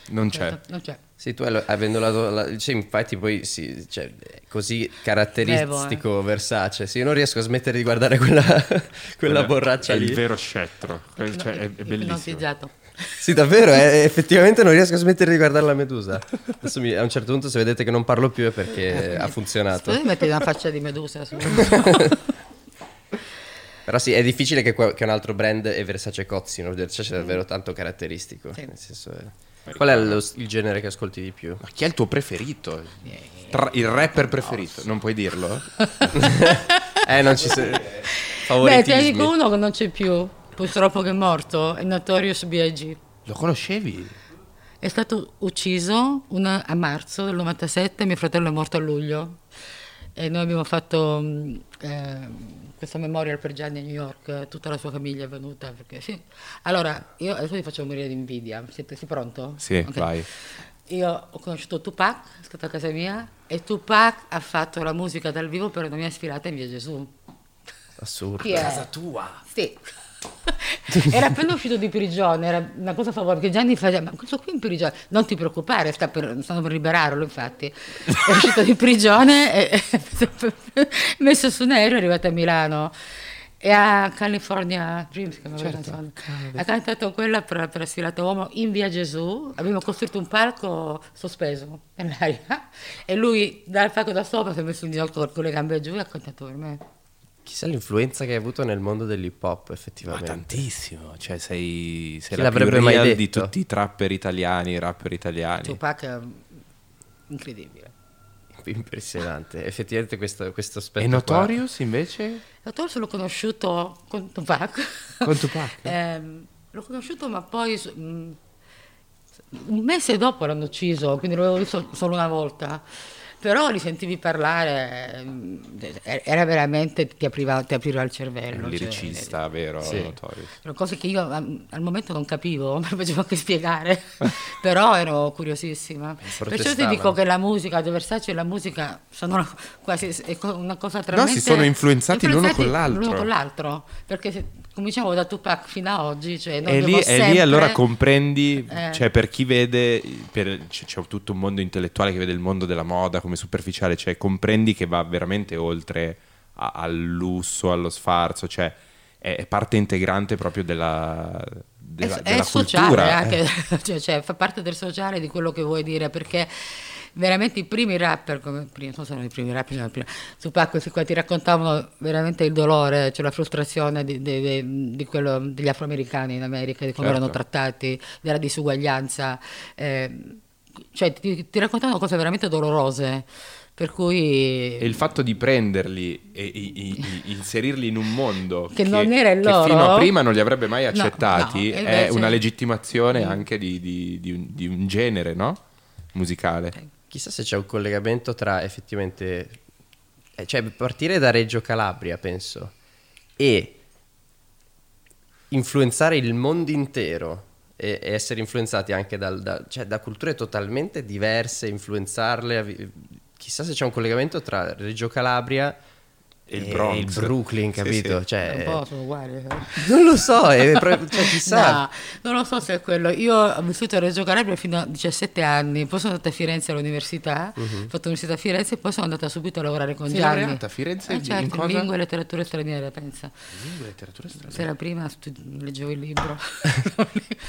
Non c'è. non c'è. Sì, tu allo- avendo la, la- cioè, infatti poi sì, cioè, è così caratteristico Versace, sì, io non riesco a smettere di guardare quella, quella borraccia è lì. il vero scettro. Cioè, è, è bellissimo. Ipnotizzato. Sì, davvero, eh, effettivamente non riesco a smettere di guardare la Medusa. Adesso mi- a un certo punto se vedete che non parlo più è Eh, perché Eh, ha funzionato. Potete mettere una faccia di medusa su? Però sì, è difficile che, que- che un altro brand e Versace cozzino, Versace è Mm. davvero tanto caratteristico. Nel senso, eh. Qual è lo- il genere che ascolti di più? Ma chi è il tuo preferito? Tra- il rapper preferito? Non puoi dirlo? Eh, non ci sono... Beh, te ne dico Favoritismi. uno che non c'è più, purtroppo che è morto, è Notorious B.I.G. Lo conoscevi? È stato ucciso una- a marzo del 97, mio fratello è morto a luglio e noi abbiamo fatto mh, eh, questa memorial per Gianni a New York, tutta la sua famiglia è venuta. Perché, sì. Allora, io adesso vi faccio morire di invidia, siete sei pronto? Sì, Ok. vai. Io ho conosciuto Tupac, è stato a casa mia, e Tupac ha fatto la musica dal vivo per una mia sfilata in via Gesù. Assurdo. Chi è? Casa tua? Sì. era appena uscito di prigione, era una cosa favorevole, perché Gianni fa, ma questo qui in prigione, non ti preoccupare, sta per- stanno per liberarlo infatti, è uscito di prigione, e, messo su un aereo, è arrivato a Milano e a California Dreams, che mi aveva canzone. ha cantato quella per, per Sfilato Uomo in Via Gesù, abbiamo costruito un palco sospeso nell'aria e lui dal palco da sopra si è messo in ginocchio con le gambe giù e ha cantato per me. Chissà l'influenza che hai avuto nel mondo dell'hip hop, Ma effettivamente. tantissimo. Cioè, sei, sei Chi la più l'avrebbe mai real di detto? tutti i trapper italiani, i rapper italiani. Tupac è incredibile. Impressionante. Effettivamente questo, questo aspetto. E Notorious invece? L'autore se l'ho conosciuto con Tupac. Con Tupac? Ehm, l'ho conosciuto ma poi mm, s- mh, un mese dopo l'hanno ucciso, quindi l'avevo visto solo una volta. Però li sentivi parlare, eh, era veramente, ti apriva, ti apriva il cervello. Un cioè, liricista, vero? Notorious. sono cose che io am- al momento non capivo, me lo facevo anche spiegare, però ero curiosissima. Eh, Perciò ti protestavano. dico che la musica, De Versace e la musica sono una- quasi è co- una cosa tra si sono influenzati l'uno con l'altro. L'uno con l'altro, perché se- cominciamo da Tupac fino a oggi, cioè noi E lì, abbiamo e lì sempre- allora comprendi, Eh. cioè per chi vede, per- c- c'è tutto un mondo intellettuale che vede il mondo della moda come superficiale, cioè comprendi che va veramente oltre a- al lusso, allo sfarzo, cioè è, è parte integrante proprio della, è, della, è della sociale cultura. eh. anche, cioè, cioè, fa parte del sociale di quello che vuoi dire perché veramente i primi rapper come prima, non sono i primi rapper sono i primi- Tupac questi qua ti raccontavano veramente il dolore cioè la frustrazione di, di- di- di quello degli afroamericani in America di come Certo. erano trattati della disuguaglianza eh, cioè ti, ti raccontavano cose veramente dolorose per cui E il fatto di prenderli e, e- e- e inserirli in un mondo Che non era il che loro. fino a prima non li avrebbe mai No, accettati no, è invece- Mm. una legittimazione anche di, di- di un, di un genere no? musicale. Chissà se c'è un collegamento tra effettivamente... eh, Cioè, partire da Reggio Calabria, penso, e influenzare il mondo intero e, e essere influenzati anche dal- da, cioè, da culture totalmente diverse, influenzarle... avvi- Chissà se c'è un collegamento tra Reggio Calabria E il Bronx. il Brooklyn, Sì, capito? sì. un Cioè, po' sono uguali eh. non lo so, è pro- cioè, chissà. No, non lo so se è quello. Io ho vissuto a Reggio Calabria fino a 17 anni, poi sono andata a Firenze all'università, Mhm. ho fatto l'università a Firenze e poi sono andata subito a lavorare con Sei Gianni. laureata a Firenze Eh, in certo, cosa? lingua e letteratura straniera, pensa. Se era prima studi- leggevo il libro.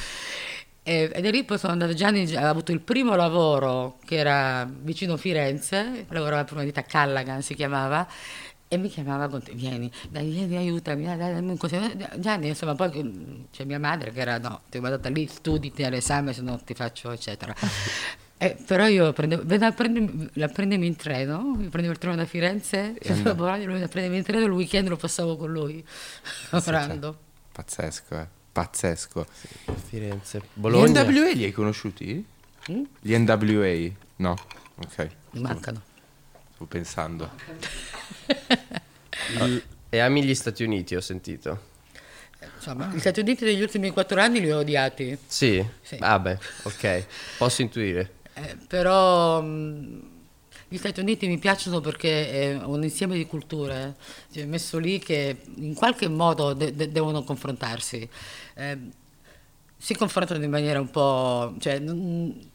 E- Ed è lì poi sono andata, Gianni aveva avuto il primo lavoro che era vicino Firenze, lavorava per una ditta Callaghan si chiamava, e mi chiamava con te, vieni, dai, vieni, aiutami, dai, dai, dammi un consiglio. Gianni, insomma, poi mm, c'è mia madre che era, no, ti ho mandata lì, studi, ti all'esame, se no ti faccio, eccetera. Eh, però io prendevo, veniva a prendermi- la prendevo in treno, mi prendevo il treno da Firenze, andavo a Bologna, lui la prendevo in treno, il weekend lo passavo con lui, lavorando. Pazzesco, eh. Pazzesco. Firenze, Bologna. Gli NWA li hai conosciuti? Mm? Gli NWA? No. Ok, Mi mancano. sto pensando. E ami gli Stati Uniti, ho sentito. Eh, Insomma, gli Stati Uniti degli ultimi quattro anni li ho odiati, Sì? Sì. Vabbè, ok. Posso intuire. eh, però mh, gli Stati Uniti mi piacciono perché è un insieme di culture, cioè, messo lì che in qualche modo de- de- devono confrontarsi. Eh, si confrontano in maniera un po'... Cioè, non-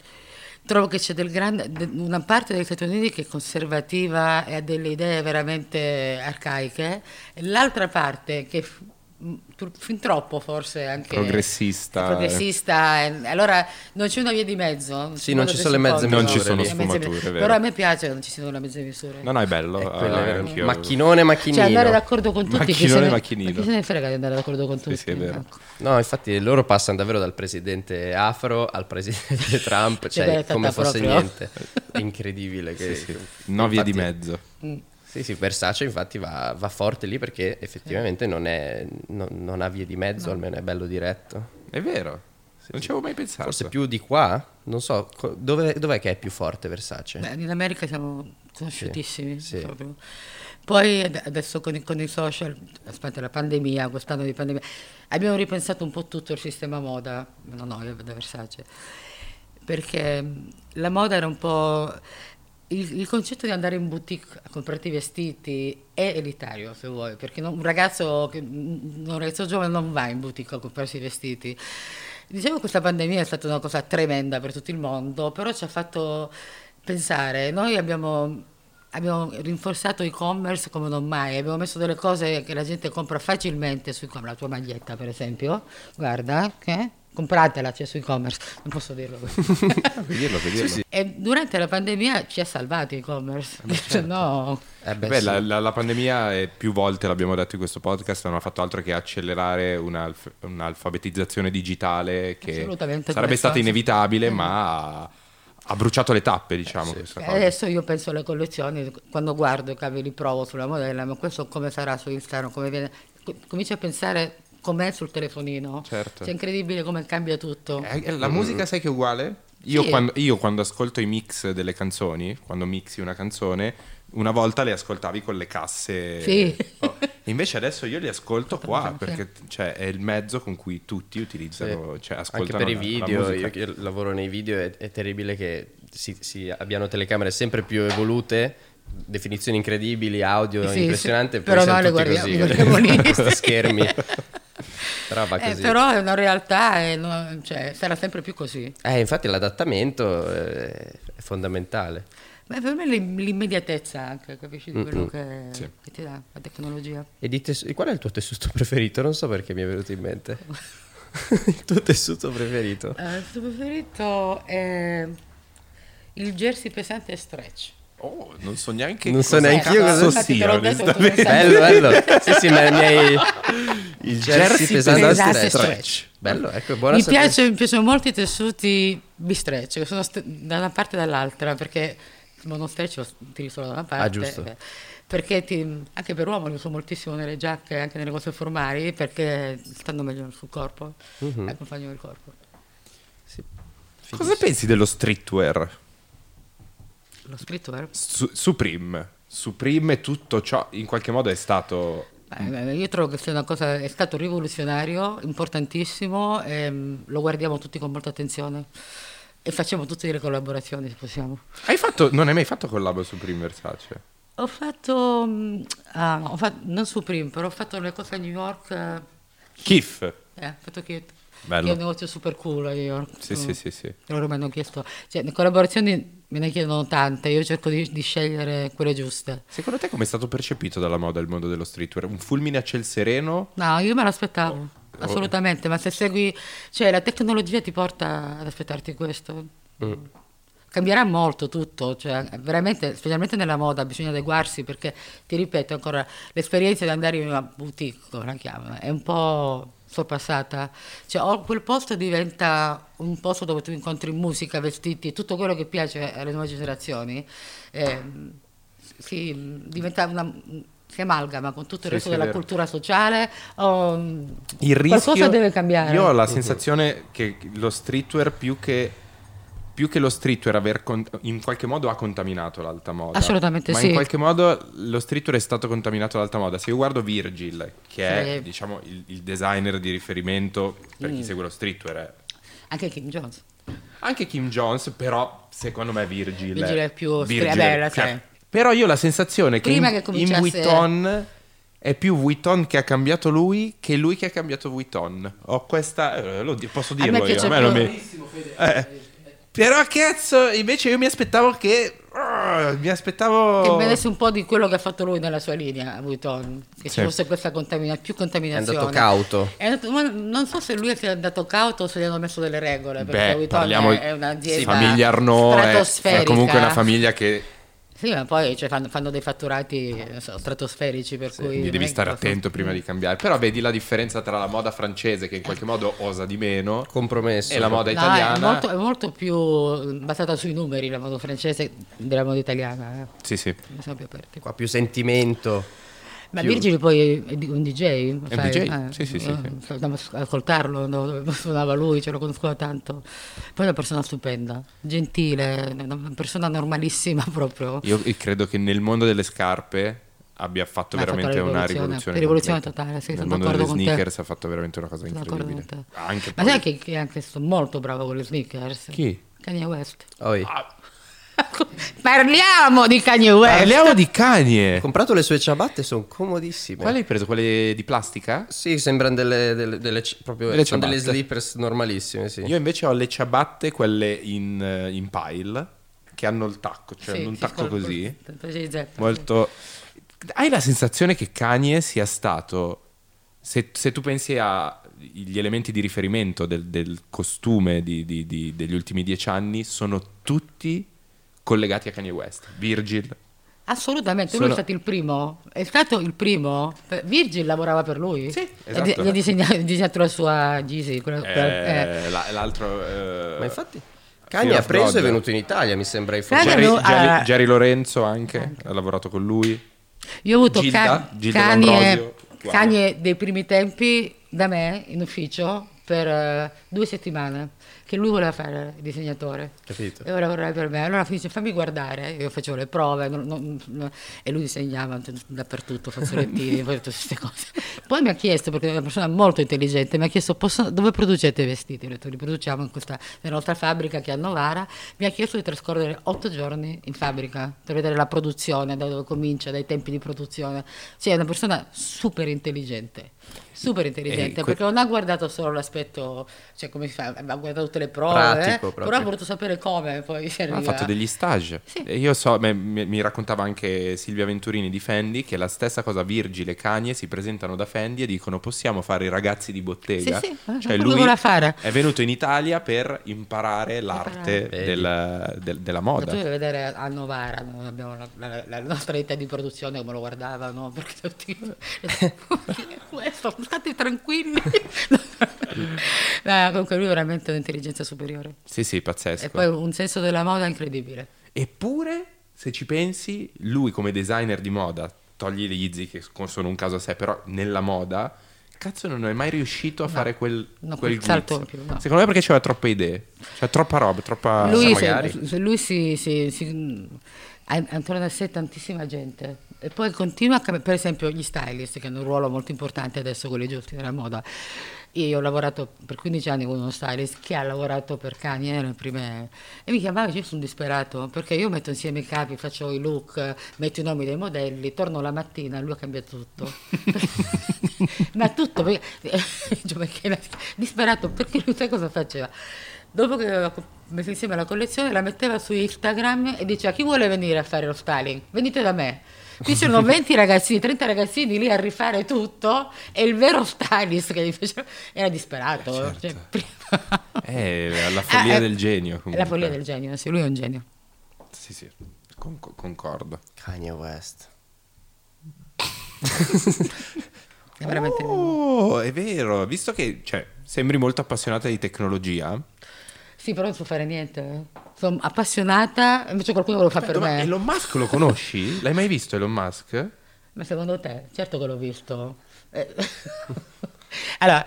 trovo che c'è del grande- de- una parte degli Stati Uniti che è conservativa e ha delle idee veramente arcaiche, e l'altra parte che è f- m- tr- fin troppo forse anche Progressista. è progressista e- allora non c'è una via di mezzo Sì, non ci sono le mezze Non ci misure, le sono mezze sfumature, misure. vero. però a me piace che non ci siano le mezze misure No, no, è bello. È eh, quello, vero? anch'io- Macchinone, macchinino. cioè andare d'accordo con tutti chi se, Macchinone, ne, macchinino. ma chi se ne frega di andare d'accordo con tutti sì, è vero. ecco. No, infatti loro passano davvero dal presidente afro al presidente Trump, cioè guardate, come fosse proprio. niente. È incredibile che... Sì, sì. No, via di infatti- mezzo. Sì, sì, Versace infatti va, va forte lì perché effettivamente non, è, non, non ha vie di mezzo, almeno è bello diretto. È vero. Non ci avevo mai pensato. Forse più di qua, non so, co- dove, dov'è che è più forte Versace? Beh, in America siamo conosciutissimi. Sì, sì. proprio. Poi ad- adesso con i, con i social, aspetta la pandemia, quest'anno di pandemia, abbiamo ripensato un po' tutto il sistema moda, no no, io da Versace, perché mh, la moda era un po'... Il, il concetto di andare in boutique a comprarti i vestiti è elitario, se vuoi, perché non- un, ragazzo che- un ragazzo giovane non va in boutique a comprarsi i vestiti. Dicevo che questa pandemia è stata una cosa tremenda per tutto il mondo, però ci ha fatto pensare, noi abbiamo, abbiamo rinforzato e-commerce come non mai, abbiamo messo delle cose che la gente compra facilmente su e-commerce, la tua maglietta per esempio, guarda, che- compratela, c'è su e-commerce, non posso dirlo. Puoi dirlo, puoi dirlo. e durante la pandemia ci ha salvato e-commerce, no, Eh beh, Beh, sì. la, la- la pandemia, eh, più volte l'abbiamo detto in questo podcast, non ha fatto altro che accelerare un'alf- un'alfabetizzazione digitale che Assolutamente, sarebbe come stata cosa. inevitabile, ma ha, ha bruciato le tappe, diciamo. questa Eh, cosa. Adesso io penso alle collezioni, quando guardo i cavi li provo sulla modella, ma questo come sarà su Instagram, come viene... co- Comincio a pensare com'è sul telefonino. Certo. Cioè, È incredibile come cambia tutto. Eh, eh, la eh, musica sai che è uguale? Io, Sì. quando, io quando ascolto i mix delle canzoni, quando mixi una canzone, una volta le ascoltavi con le casse. Sì. Oh, Invece adesso io le ascolto qua, Sì. perché cioè, è il mezzo con cui tutti utilizzano, cioè, Anche ascoltano per i la- la video, musica. io che lavoro nei video, è, è terribile che si, si abbiano telecamere sempre più evolute, definizioni incredibili, audio Sì, sì, impressionante, poi però siamo noi le tutti guardiamo, così, guardiamo lì. con schermi, roba Eh, così. però è una realtà e no- cioè, sarà sempre più così. Eh, infatti l'adattamento eh, è fondamentale. Ma per me l'im- l'immediatezza anche, capisci, di quello che, Sì. che ti dà la tecnologia. E di tessu- qual è il tuo tessuto preferito? Non so perché mi è venuto in mente. il tuo tessuto preferito. Eh, il tuo preferito è il jersey pesante e stretch. Oh, non so neanche Non so cosa neanche io cazzo cosa Infatti te sia, l'ho detto, tu onestamente. non sai. Bello, bello. Sì, sì, ma i miei... Il jersey pesante e stretch. stretch. Bello, ecco, buona mi, sapersi. piace, mi piacciono molto i tessuti bistrecci, che sono st- da una parte e dall'altra, perché il monostretch lo tiri solo da una parte. Ah, giusto. eh, Perché ti- anche per uomo lo uso moltissimo nelle giacche, anche nelle cose formali, perché stanno meglio sul corpo, Mm-hmm. accompagnano il corpo. Cosa pensi dello streetwear? L'ho scritto, vero? Su- Supreme. Supreme e tutto ciò in qualche modo è stato... Beh, beh, io trovo che sia una cosa, è stato rivoluzionario, importantissimo, ehm, lo guardiamo tutti con molta attenzione e facciamo tutte le collaborazioni se possiamo. Hai fatto... Non hai mai fatto collabo Supreme Versace? Ho fatto, mh, ah, ho fa- non Supreme, però ho fatto le cose a New York, eh, Kiff. eh, ho fatto che Bello. che è un negozio super cool a New York. Sì, sì, sì, sì. Loro mi hanno chiesto, cioè le collaborazioni me ne chiedono tante, io cerco di, di scegliere quelle giuste. Secondo te come è stato percepito dalla moda il mondo dello streetwear? Un fulmine a ciel sereno? No, io me l'aspettavo, assolutamente, ma se segui, cioè la tecnologia ti porta ad aspettarti questo. Cambierà molto tutto, cioè veramente, specialmente nella moda bisogna adeguarsi perché, ti ripeto ancora, l'esperienza di andare in una boutique, come la chiamano, è un po' sorpassata. Cioè o quel posto diventa un posto dove tu incontri musica, vestiti, tutto quello che piace alle nuove generazioni. ehm, si diventa una si amalgama con tutto il Sì, resto sì, è della vero. cultura sociale o mm, Il rischio... qualcosa deve cambiare Io ho la sensazione che lo streetwear più che... Più che lo streetwear aver con- in qualche modo ha contaminato l'alta moda. Assolutamente Ma sì. in qualche modo lo streetwear è stato contaminato dall'alta moda. Se io guardo Virgil, che è Sì. Mm. diciamo il, il designer di riferimento per chi segue lo streetwear, è anche King Jones Anche Kim Jones, però, secondo me Virgil. Virgil è più Virgil, stra- bella, cioè, sai. Però io ho la sensazione che Prima in, che in cominciasse- Vuitton è più Vuitton che ha cambiato lui che lui che ha cambiato Vuitton. Ho questa... eh, lo di- posso dirlo io, piace a me non più- mi- Eh, Però cazzo, invece io mi aspettavo che... ah, mi aspettavo... che vedesse un po' di quello che ha fatto lui nella sua linea Vuitton che Sì. ci fosse questa contamina- più contaminazione È andato cauto. È andato- ma non so se lui sia andato cauto o se gli hanno messo delle regole eh, perché Beh, Vuitton parliamo è, è un'azienda sì, famiglia Arnaud, è- è, stratosferica. comunque una famiglia che sì ma poi cioè, fanno, fanno dei fatturati non so, stratosferici per cui Quindi non è devi che stare possono- attento prima di cambiare. Però vedi la differenza tra la moda francese, che in qualche modo osa di meno, Compromesso. e la moda No, italiana. è, molto, è molto più basata sui numeri la moda francese della moda italiana. eh. Sì, sì. Non siamo più aperti. Qua più sentimento. Ma Virgil poi è di- un DJ, È un sai, DJ, sì, sì, sì, eh, sì. Andavo a ascoltarlo no, dove suonava lui, ce lo conosceva tanto. Poi è una persona stupenda, gentile, una persona normalissima proprio. Io credo che nel mondo delle scarpe abbia fatto Ha fatto veramente la una rivoluzione. rivoluzione. Rivoluzione completa. totale, sì, Nel sono mondo d'accordo delle con te. sneakers ha fatto veramente una cosa Sono d'accordo incredibile. con te. Anche Ma poi- sai che, Eh, che anche sto molto bravo con le sneakers? Chi? Kanye West. Oi. Parliamo di Kanye West! Parliamo di canie. Ho comprato le sue ciabatte, sono comodissime. Quale hai preso? Quelle di plastica? Sì, sembrano delle, delle, delle c- proprio Delle sono delle ciabatte. slippers normalissime, sì. Io invece ho le ciabatte, quelle in, eh, in pile, che hanno il tacco, cioè Sì, hanno un sì, tacco col- col- così. precisamente. molto. Hai la sensazione che Kanye sia stato. Se, se tu pensi agli elementi di riferimento del, del costume di- di- di- degli ultimi dieci anni, sono tutti collegati a Kanye West. Virgil. Assolutamente, lui Sono- è stato il primo, è stato il primo, per- Virgil lavorava per lui, Sì, E esatto. di- gli ha disegnato, disegnato la sua Gisi, quella- quella- eh. eh, la- l'altro. eh, Ma infatti Fear Cagna ha of preso God. e è venuto in Italia, mi sembra, i Kanye- Jerry, Allora, Jerry- eh, Jerry Lorenzo anche, ha lavorato con lui. Io ho avuto Gilda, Ca- Gilda Kanye, D'Ambrosio, uguale. Kanye dei primi tempi da me in ufficio per eh, due settimane, che che lui voleva fare il disegnatore. Capito. E ora vorrei per me. Allora dice fammi guardare, io facevo le prove non- non- non- e lui disegnava dappertutto, fazzolettini, poi tutte queste cose. Poi mi ha chiesto, perché è una persona molto intelligente, mi ha chiesto "Posso- dove producete i vestiti? Ho detto li produciamo in questa, nella nostra fabbrica che è a Novara. Mi ha chiesto di trascorrere otto giorni in fabbrica per vedere la produzione, da dove comincia, dai tempi di produzione. Cioè è una persona super intelligente. Super intelligente, que- perché non ha guardato solo l'aspetto, cioè come si fa, ha guardato tutte le prove, Pratico, eh, però proprio. ha voluto sapere come poi si Ha arriva. fatto degli stage. Sì. E io so, me- mi, mi raccontava anche Silvia Venturini di Fendi che la stessa cosa Virgile e Cagne si presentano da Fendi e dicono possiamo fare i ragazzi di bottega. Cioè, Sì, sì, quello voleva fare. è venuto in Italia per imparare l'arte Vedi. del- del- della Ma tu moda. devi vedere a Novara, no? abbiamo la, la- la nostra età di produzione come lo guardavano, perché tutti- questo, state tranquilli. No, comunque lui è veramente un'intelligenza superiore. Sì, sì, pazzesco. E poi un senso della moda incredibile. Eppure, se ci pensi, lui come designer di moda, togli gli Izzy che sc- sono un caso a sé, però nella moda, cazzo non è mai riuscito a fare quel, no, quel quel salto guizzo. in più, no. Secondo me perché c'era troppe idee, c'era troppa roba, troppa... lui, sa, se- magari. se- lui si, si- si- ha intorno a sé tantissima gente e poi continua a cambiare, per esempio gli stylist che hanno un ruolo molto importante adesso quelli giusti della moda. Io ho lavorato per 15 anni con uno stylist che ha lavorato per Kanye nelle prime... e mi chiamava e diceva, io sono disperato perché io metto insieme i capi, faccio i look, eh, metto i nomi dei modelli, torno la mattina, lui ha cambiato tutto. Ma tutto, perché, dicevo, perché era disperato perché lui sai cosa faceva? Dopo che aveva co- messo insieme la collezione, la metteva su Instagram e diceva chi vuole venire a fare lo styling? Venite da me. Qui c'erano 20 ragazzini, 30 ragazzini lì a rifare tutto e il vero stylist che gli faceva era disperato. Eh, certo. cioè, prima- Eh, la follia Ah, eh, del genio. È comunque. la follia del genio, sì, lui è un genio. Sì, sì, con- con- concordo. Kanye West. È veramente... Oh, è vero, visto che cioè, sembri molto appassionata di tecnologia, Sì, però non so fare niente. eh. Sono appassionata, invece qualcuno lo fa per ma me. Elon Musk lo conosci? L'hai mai visto Elon Musk? Ma secondo te? Certo che l'ho visto. Eh. allora,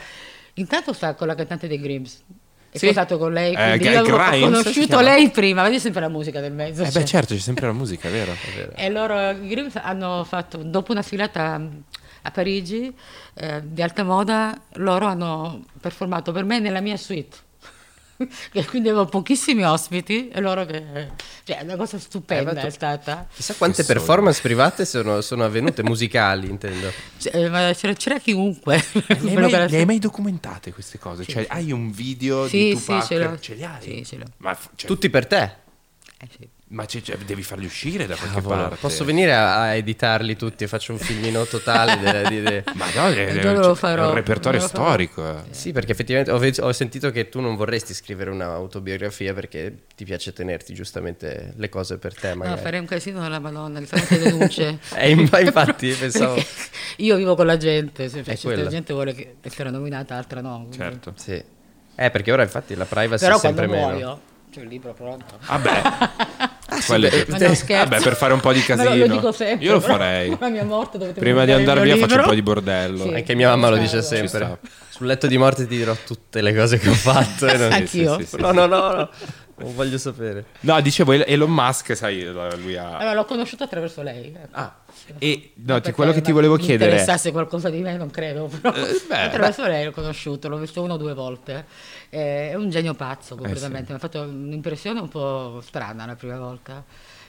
intanto sta con la cantante dei Grims. È Sì. sposato con lei, Eh, quindi G- io avevo Grimes si conosciuto chiama? lei prima, vedi sempre la musica del mezzo. Eh cioè. beh certo, c'è sempre la musica, vero? È vero. E loro i Grims hanno fatto, dopo una filata mh, a Parigi eh, di alta moda, loro hanno performato per me nella mia suite. E quindi avevo pochissimi ospiti e loro che... Cioè, è una cosa stupenda Eh, ma tu- è stata. Chissà quante Che sogno. performance private sono, sono avvenute, musicali intendo. Cioè, ma c'era, c'era chiunque. Le hai, Quello mai, che era- le hai mai documentate queste cose? cioè, hai un video Sì, di sì, Tupac? ce l'ho. li hai? Sì, ce l'ho. Ma, f- cioè, Tutti per te. Eh, sì. ma c'è- cioè, devi farli uscire da qualche Cavolo, parte. Posso venire a, a editarli tutti e faccio un filmino totale. delle- di- di- Ma no, è, Eh, è- già lo cioè, è farò, un repertorio lo farò. storico. eh. Sì, perché effettivamente ho, ve- ho sentito che tu non vorresti scrivere un'autobiografia perché ti piace tenerti giustamente le cose per te. No, Magari. farei un casino della Madonna, li farò anche denunce. Eh, in- infatti, Perché pensavo- Io vivo con la gente, se cioè, quella. certa gente vuole che essere nominata, altra no. quindi- Certo. Sì. Eh, perché ora infatti la privacy Però è sempre quando meno. muoio, c'è il libro pronto. Vabbè. Quello è- Ma non scherzo. Ah. Vabbè, per fare un po' di Ma casino. Lo, lo dico sempre. Io lo però farei. La mia morte dovete Prima pubblicare di il andare mio via libro. faccio un po' di bordello. Sì. Anche mia mamma lo dice Ci sta. sempre. Sul letto di morte ti dirò tutte le cose che ho fatto. e non- Anche Anch'io. sì, sì, sì. No, no, no, no. Non voglio sapere. No, dicevo El- Elon Musk, sai, lui ha... Allora, l'ho conosciuta attraverso lei. ecco. Ah, e no, ti- Perché quello che ti ma- volevo mi chiedere... è- interessasse qualcosa di me, non credo. Però Eh, beh, attraverso lei l'ho conosciuto, l'ho visto una o due volte. Eh, È un genio pazzo completamente. Mi ha fatto un'impressione un po' strana la prima volta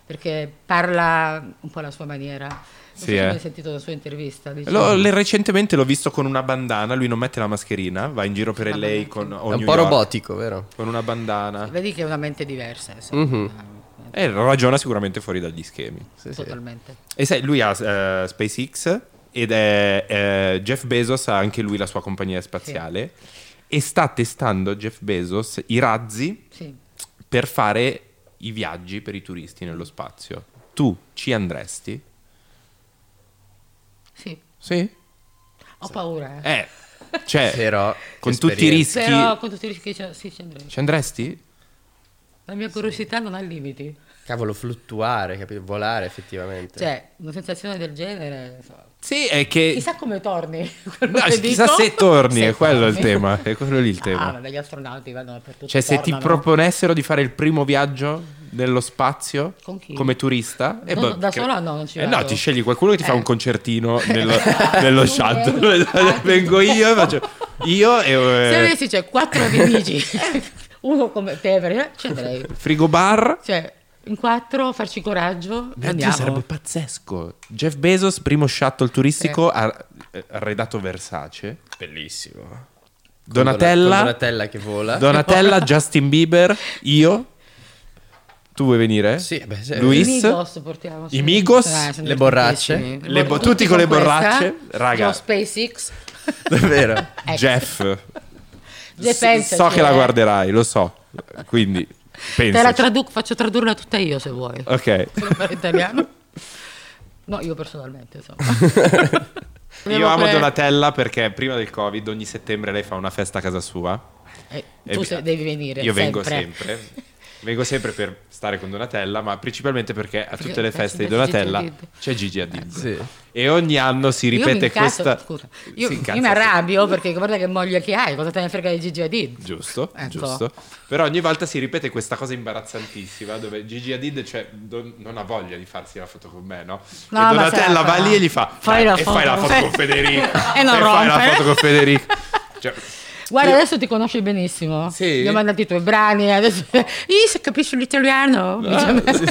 perché parla un po' alla sua maniera. Non Sì, so se eh. l'hai sentito la sua intervista. dice- L'ho- le- recentemente l'ho visto con una bandana, lui non mette la mascherina, va in giro per lei con... o È un New po' York, robotico, vero? Con una bandana. Vedi che è una mente diversa, insomma. Mhm. eh, E Eh, ragiona sicuramente fuori dagli schemi. Sì, sì. Totalmente. E sai, lui ha eh, SpaceX ed è eh, Jeff Bezos ha anche lui la sua compagnia spaziale e sta testando Jeff Bezos i razzi Sì. per fare i viaggi per i turisti nello spazio. Tu ci andresti? Sì. Sì. Ho paura. eh. Eh, cioè, Però, con che tutti i rischi... cioè, Però con tutti i rischi che c'è- sì, ci andrei. Ci andresti? La mia curiosità non ha limiti. Cavolo, fluttuare, capito? Volare effettivamente. Cioè, una sensazione del genere. non so. Sì, è che... Chissà come torni. quel No, lunedì, chissà no? se torni, Se è quello il torni. tema. È quello lì il Ah, tema. ma gli astronauti vanno per tutto. Cioè, se ti proponessero di fare il primo viaggio nello spazio Con chi? come turista, No, boh, no, da che- sola no, non ci Eh vado. no, ti scegli qualcuno che ti fa Eh. Ah, un concertino nello, nello Non shuttle. vengo. Vengo io e faccio io e Se eh, avessi, c'è quattro amici, uno come te, per- scenderei. frigo bar. Cioè, in quattro, farci coraggio, Mio Dio, andiamo. sarebbe pazzesco. Jeff Bezos, primo shuttle turistico ha- eh, arredato Versace. Bellissimo. Donatella, Donatella che vola. Donatella, Justin Bieber, io. Tu vuoi venire? Sì, beh, sì. Luis? I Migos portiamo. eh, I Migos? sono Le borracce? divertentissimi. Le bo- tutti con le questa. borracce? Raga. Con SpaceX. Davvero. Jeff. Jeff S- Bezos, so che la eh. guarderai, lo so. Quindi, Te la pensaci. traduco, faccio tradurla tutta io se vuoi. Ok. Se non parli italiano. No, io personalmente, insomma. Io Abbiamo amo pre- Donatella perché prima del Covid ogni settembre lei fa una festa a casa sua. Eh, E tu mi- se- devi venire. Io vengo sempre. Vengo sempre per stare con Donatella, ma principalmente perché a tutte le c'è feste di Gigi Donatella Hadid. c'è Gigi Hadid. Sì. E ogni anno si Io mi ripete incazzo- questa... scusa, io, Si io incazza, mi sì. arrabbio perché guarda che moglie che hai, cosa te ne frega di Gigi Hadid? Giusto, Ecco. giusto. Però ogni volta si ripete questa cosa imbarazzantissima dove Gigi Hadid cioè, do- non ha voglia di farsi la foto con me, no? No, e ma se Donatella la va fa. lì e gli fa Fai la "Dai, e foto fai la con foto me." con Federico. E non fai la rompere. foto con Federico. Cioè, Guarda, io- adesso ti conosci benissimo. Sì? Gli ho mandato i tuoi brani, adesso Ih, se capisci l'italiano. Diciamo, mi dice a me.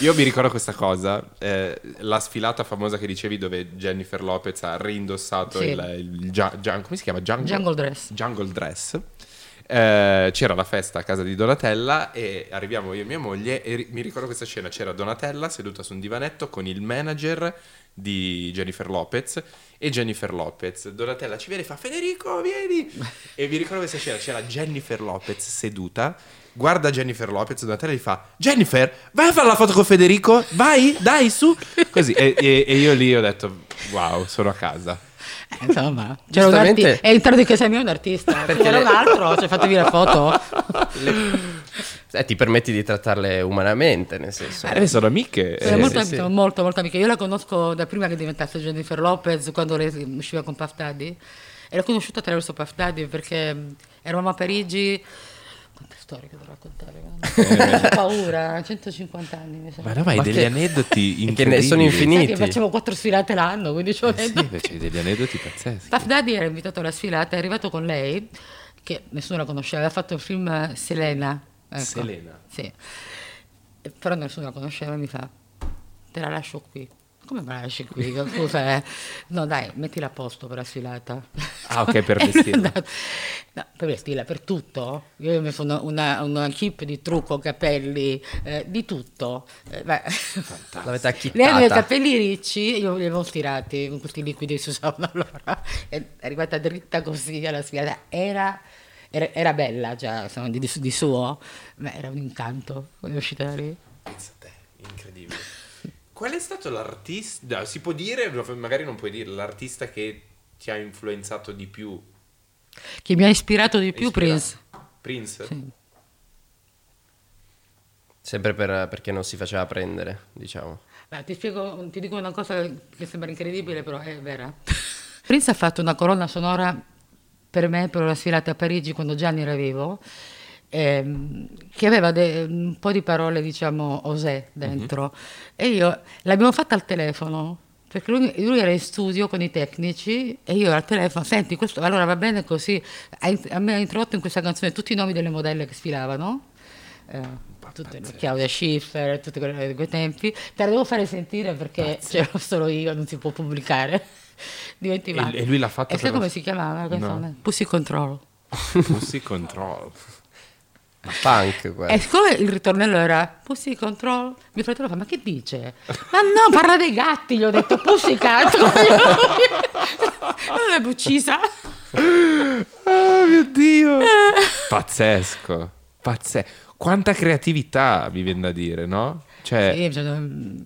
Io mi ricordo questa cosa, eh, la sfilata famosa che dicevi dove Jennifer Lopez ha rindossato Sì. il, il gia- gian- come si chiama? Jungle, Jungle Dress. Jungle Dress. Eh, c'era la festa a casa di Donatella e arriviamo io e mia moglie e ri- mi ricordo questa scena, c'era Donatella seduta su un divanetto con il manager di Jennifer Lopez e Jennifer Lopez. Donatella ci vede e fa Federico vieni e mi ricordo questa scena, c'era Jennifer Lopez seduta guarda Jennifer Lopez Donatella e gli fa Jennifer vai a fare la foto con Federico vai dai su così e, e- e io lì ho detto wow sono a casa Eh, Insomma, c'era un Giustamente. arti- è il tardo che sei mio un artista, perché c'era le- un altro, cioè fatevi la foto. Eh, ti permetti di trattarle umanamente, nel senso. Eh, sono amiche Sono eh, molto, sì, molto, sì. molto, amica. Io la conosco da prima che diventasse Jennifer Lopez, quando lei usciva con Puff Daddy. E l'ho conosciuta attraverso Puff Daddy perché mh, eravamo a Parigi. Quante storie che devo raccontare? guarda. Ho paura, 150 anni mi Eh. ma sembra. no ma hai Ma degli che- aneddoti che ne sono incredibili. Sai infiniti. che facevo quattro sfilate l'anno, quindi c'ho Eh detto- sì, beh, c'hai degli aneddoti pazzeschi Puff Daddy era invitato alla sfilata, è arrivato con lei, che nessuno la conosceva, aveva fatto il film eh, Selena. ecco. Selena. Sì. E Però nessuno la conosceva e mi fa, te la lascio qui. Come me la lasci qui? Scusa, eh. no dai, mettila a posto per la sfilata. Ah, ok, per E lui è vestirla. andato- No, per vestirla, per tutto. Io mi sono una, una keep di trucco, capelli, eh, di tutto. Eh, beh. L'avete Lei aveva i acchittata. capelli ricci, io li avevo stirati con questi liquidi che si usavano allora. È arrivata dritta così alla sfilata. Era, era- era bella già, insomma, di, di suo, ma era un incanto quando è uscita da lì. Pensa a te, incredibile. Qual è stato l'artista? Si può dire, magari non puoi dire, l'artista che ti ha influenzato di più? Che mi ha ispirato di più Ispirato. Prince. Prince? Sì. Sempre per- perché non si faceva prendere, diciamo. Ma ti spiego, ti dico una cosa che sembra incredibile, però è vera. Prince ha fatto una colonna sonora per me, per la sfilata a Parigi quando Gianni era vivo, ehm, che aveva de- un po' di parole, diciamo, osè dentro. E io l'abbiamo fatta al telefono. Perché lui, lui era in studio con i tecnici e io al telefono, senti, questo, allora va bene così. Ha in- A me ha introdotto in questa canzone tutti i nomi delle modelle che sfilavano, eh, tutte, Claudia Schiffer, tutte quelle di quei tempi. Te la devo fare sentire perché c'ero solo io, non si può pubblicare. Diventi E- male. e lui l'ha fatta E sai per- come si chiamava la canzone? Pussy Control. Pussy Control. Ma Punk, guarda. E siccome il ritornello era Pussy Control, mio fratello fa: Ma che dice? Ma no, parla dei gatti. Gli ho detto Pussy Cat. non l'ho uccisa. Oh mio Dio! Pazzesco, pazzesco. Quanta creatività, mi viene da dire, no? Cioè, Sì, cioè, non-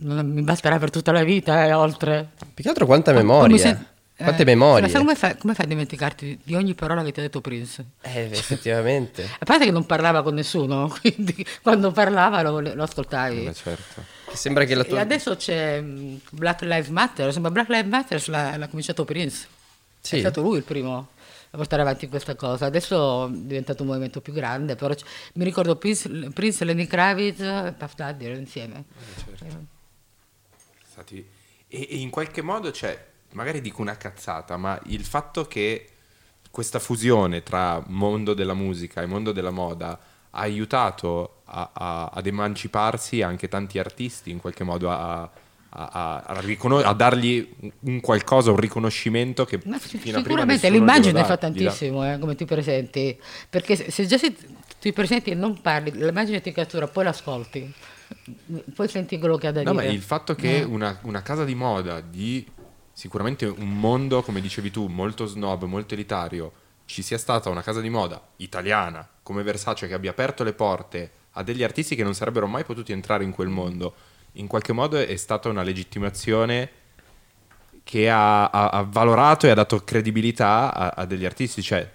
non mi basterà per tutta la vita e oltre. Più che altro quanta Ma- memoria. poi mi sen- Quante Eh, memorie. ma sai come fai, come fai a dimenticarti di- di ogni parola che ti ha detto Prince? Eh, effettivamente. A parte che non parlava con nessuno, quindi quando parlava lo, lo ascoltavi. Eh, certo. Sembra che la E tua... adesso c'è mh, Black Lives Matter, sembra Black Lives Matter l'ha, l'ha cominciato Prince. Sì. È stato lui il primo a portare avanti questa cosa. Adesso è diventato un movimento più grande, però c- mi ricordo Prince, Prince Lenny Kravitz e Puff Daddy erano insieme. Stati- E, e in qualche modo, cioè, magari dico una cazzata, ma il fatto che questa fusione tra mondo della musica e mondo della moda ha aiutato a- a- ad emanciparsi anche tanti artisti, in qualche modo a, a- a- a riconos- a dargli un- un qualcosa, un riconoscimento che Ma fino a prima sicuramente nessuno l'immagine glielo fa dà- gli dà. tantissimo eh, come ti presenti, perché se, se già si- ti presenti e non parli, l'immagine ti cattura, poi l'ascolti, poi senti quello che ha da No, ma dire. Eh. il fatto che una, una casa di moda di sicuramente un mondo, come dicevi tu, molto snob, molto elitario, ci sia stata una casa di moda italiana come Versace che abbia aperto le porte a degli artisti che non sarebbero mai potuti entrare in quel mondo, in qualche modo è stata una legittimazione che ha, ha- ha valorato e ha dato credibilità a, a degli artisti, cioè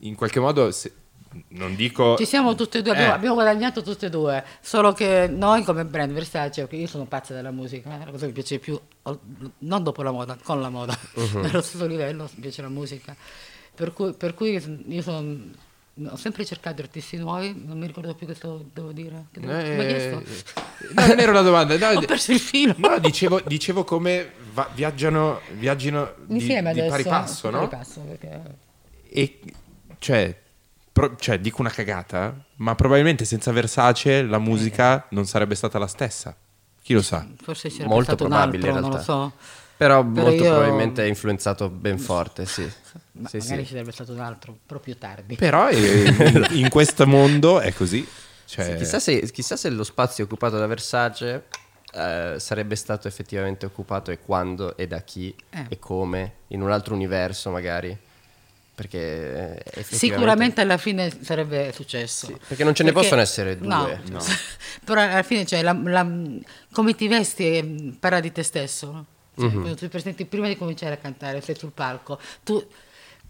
in qualche modo se- non dico Ci siamo tutti e due, abbiamo, Eh. abbiamo guadagnato tutti e due, solo che noi come brand Versace, perché io sono pazza della musica, è la cosa che mi piace di più, o- non dopo la moda, con la moda, Mhm. allo stesso livello mi piace la musica, per cui, per cui io sono- ho sempre cercato artisti nuovi, non mi ricordo più che sto- devo dire, che devo, mi hai Eh, chiesto? no, non era una domanda. no, Ho perso il filo. No, dicevo, dicevo come va- viaggiano, viaggino di, Insieme di adesso. pari passo, di no? pari passo, perché- E cioè, pro- cioè, dico una cagata, ma probabilmente senza Versace la Eh. musica non sarebbe stata la stessa. Chi lo sa? Forse c'era Molto stato un probabile altro, in non lo realtà. so. Però, Però molto io- probabilmente è influenzato ben forte, sì. Ma Sì, magari sì. ci sarebbe stato un altro, proprio tardi. Però eh, in, in questo mondo è così. Cioè, Sì, chissà, se, chissà se lo spazio occupato da Versace eh, sarebbe stato effettivamente occupato e quando e da chi Eh. e come, in un altro universo magari. Perché eh, effettivamente- Sicuramente alla fine sarebbe successo. Sì, perché non ce ne possono essere due. no. No. Però alla fine, cioè, la- la- come ti vesti eh, parla di te stesso. no? Cioè, Mhm. Quando tu ti presenti prima di cominciare a cantare, sei sul palco, tu,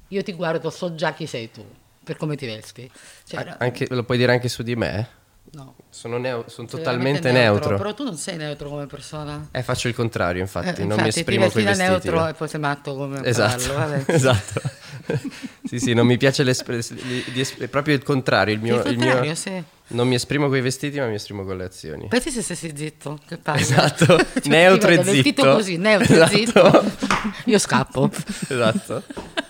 io ti guardo, so già chi sei tu, per come ti vesti. Cioè, A- anche- lo puoi dire anche su di me? no, Sono, neu- sono sei totalmente veramente neutro. Però tu non sei neutro come persona. Eh, faccio il contrario, infatti, Eh, non mi ti esprimo vesti coi da vestiti. eh. neutro e poi sei matto come Esatto, cavallo, vabbè. esatto. sì, sì, non mi piace l'espres- li- di es- è proprio il contrario. Il mio, Il mio- contrario, sì. Non mi esprimo con i vestiti, ma mi esprimo con le azioni. Pensi se stessi zitto, che palle. Esatto, Cioè, neutro ti e vedo vestito zitto. così, neutro Esatto. e zitto. Io scappo. esatto.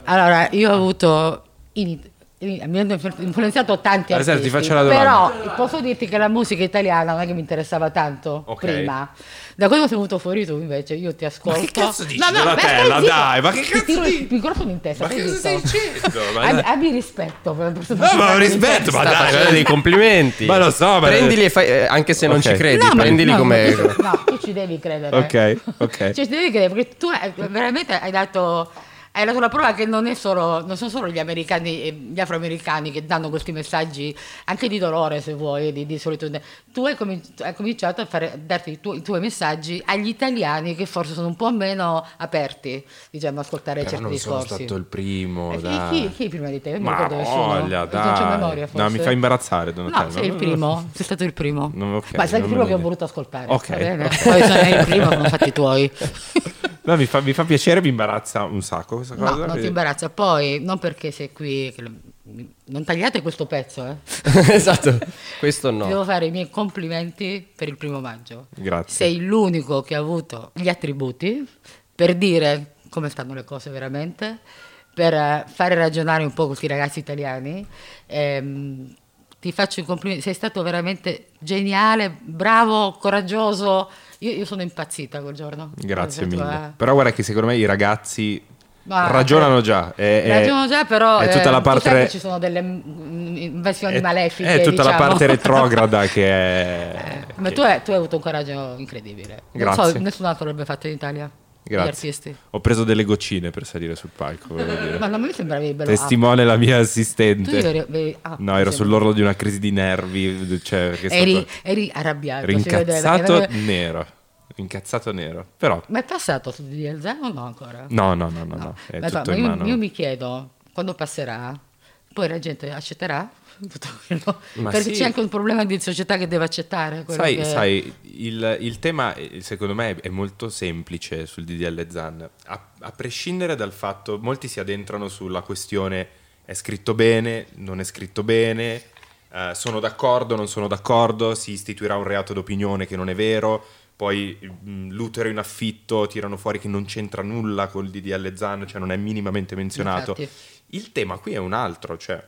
Allora, io ho avuto... in- in- mi hanno influ- influenzato tanti Alessandro, artisti ti faccio la domanda. però posso dirti che la musica italiana non è che mi interessava tanto Ok. prima da quando sei venuto fuori tu invece io ti ascolto ma che cazzo dici della stai tela, zitto. dai, ma che Ti cazzo tiro il dici? microfono in testa Ma stai cosa stai zitto. dicendo? Ma Abbi, dai. abbi rispetto per la persona No, che ma parla di te. rispetto, ma Sta dai, facendo ma- dei complimenti. Ma lo so, ma- Prendili e fai, eh, anche se non Ok. ci credi, No, ma- prendili no, come... ma tu- No, tu ci devi credere. Ok, ok. Cioè, ci devi credere perché tu hai- veramente hai dato. Hai dato la prova che non, è solo, non sono solo gli americani e gli afroamericani che danno questi messaggi anche di dolore, se vuoi, di, di solitudine. Tu hai, comin- hai cominciato a fare- a darti i, tuoi- i tuoi messaggi agli italiani che forse sono un po' meno aperti, diciamo, a ascoltare Però certi non sono discorsi. stato il primo. Eh, chi- dai. chi, chi prima di te? Non mi Ma ricordo nessuno. voglia, Non c'ho dai. memoria, No, mi forse. fa imbarazzare, Donatello. No, sei il No, primo, sei stato il primo. No, ok, Ma sei il non primo me che ho ne- voluto ascoltare. Ok, va bene? ok. Poi sei il primo, sono fatti tuoi. No, mi, fa, mi fa piacere, mi imbarazza un sacco questa No, cosa. non ti imbarazza. Poi, non perché sei qui, che lo- non tagliate questo pezzo, eh. esatto, questo Ti no. devo fare i miei complimenti per il primo maggio. Grazie. Sei l'unico che ha avuto gli attributi per dire come stanno le cose veramente, per eh, fare ragionare un po' questi ragazzi italiani. Ehm, ti faccio i complimenti, sei stato veramente geniale, bravo, coraggioso. Io, io sono impazzita quel giorno. Grazie Quella tua- mille. Però guarda che secondo me i ragazzi Esatto, eh. Ma- eh, ragionano già. È, è- Ragionano già, però è tutta eh, la tu sai parte che ci sono delle mm, è, invasioni è malefiche. tutta la diciamo. parte retrograda che è Eh, Ma tu hai, tu hai avuto un coraggio incredibile. Non Grazie. so, nessun altro l'avrebbe fatto in Italia. Gli Grazie. artisti. Ho preso delle goccine per salire sul palco, volevo dire. Ma non mi sembravi bello. Ah, Testimone la mia up. Tu eri, assistente. eri up, No, ero ah, sì. sull'orlo di una crisi di nervi, cioè perché è Eri, eh, stato eri arrabbiato. si vedeva, rincazzato perché- nero. incazzato nero. Però, Ma è passato su DDLZ o no ancora? no, no, no, no, no, è Ma tutto ma in io, mano. io mi chiedo, quando passerà, poi la gente accetterà tutto quello? Ma Perché sì. c'è anche un problema di società che deve accettare eh, quello Sai, che... sai, il, il tema eh, secondo me è molto semplice sul DDL Zan, a, a prescindere dal fatto, molti si addentrano sulla questione è scritto bene, non è scritto bene, eh, sono d'accordo, non sono d'accordo, si istituirà un reato d'opinione che non è vero, poi mh, l'utero in affitto tirano fuori che non c'entra nulla col DDL Zan, cioè non è minimamente menzionato. Infatti. Il tema qui è un altro, cioè,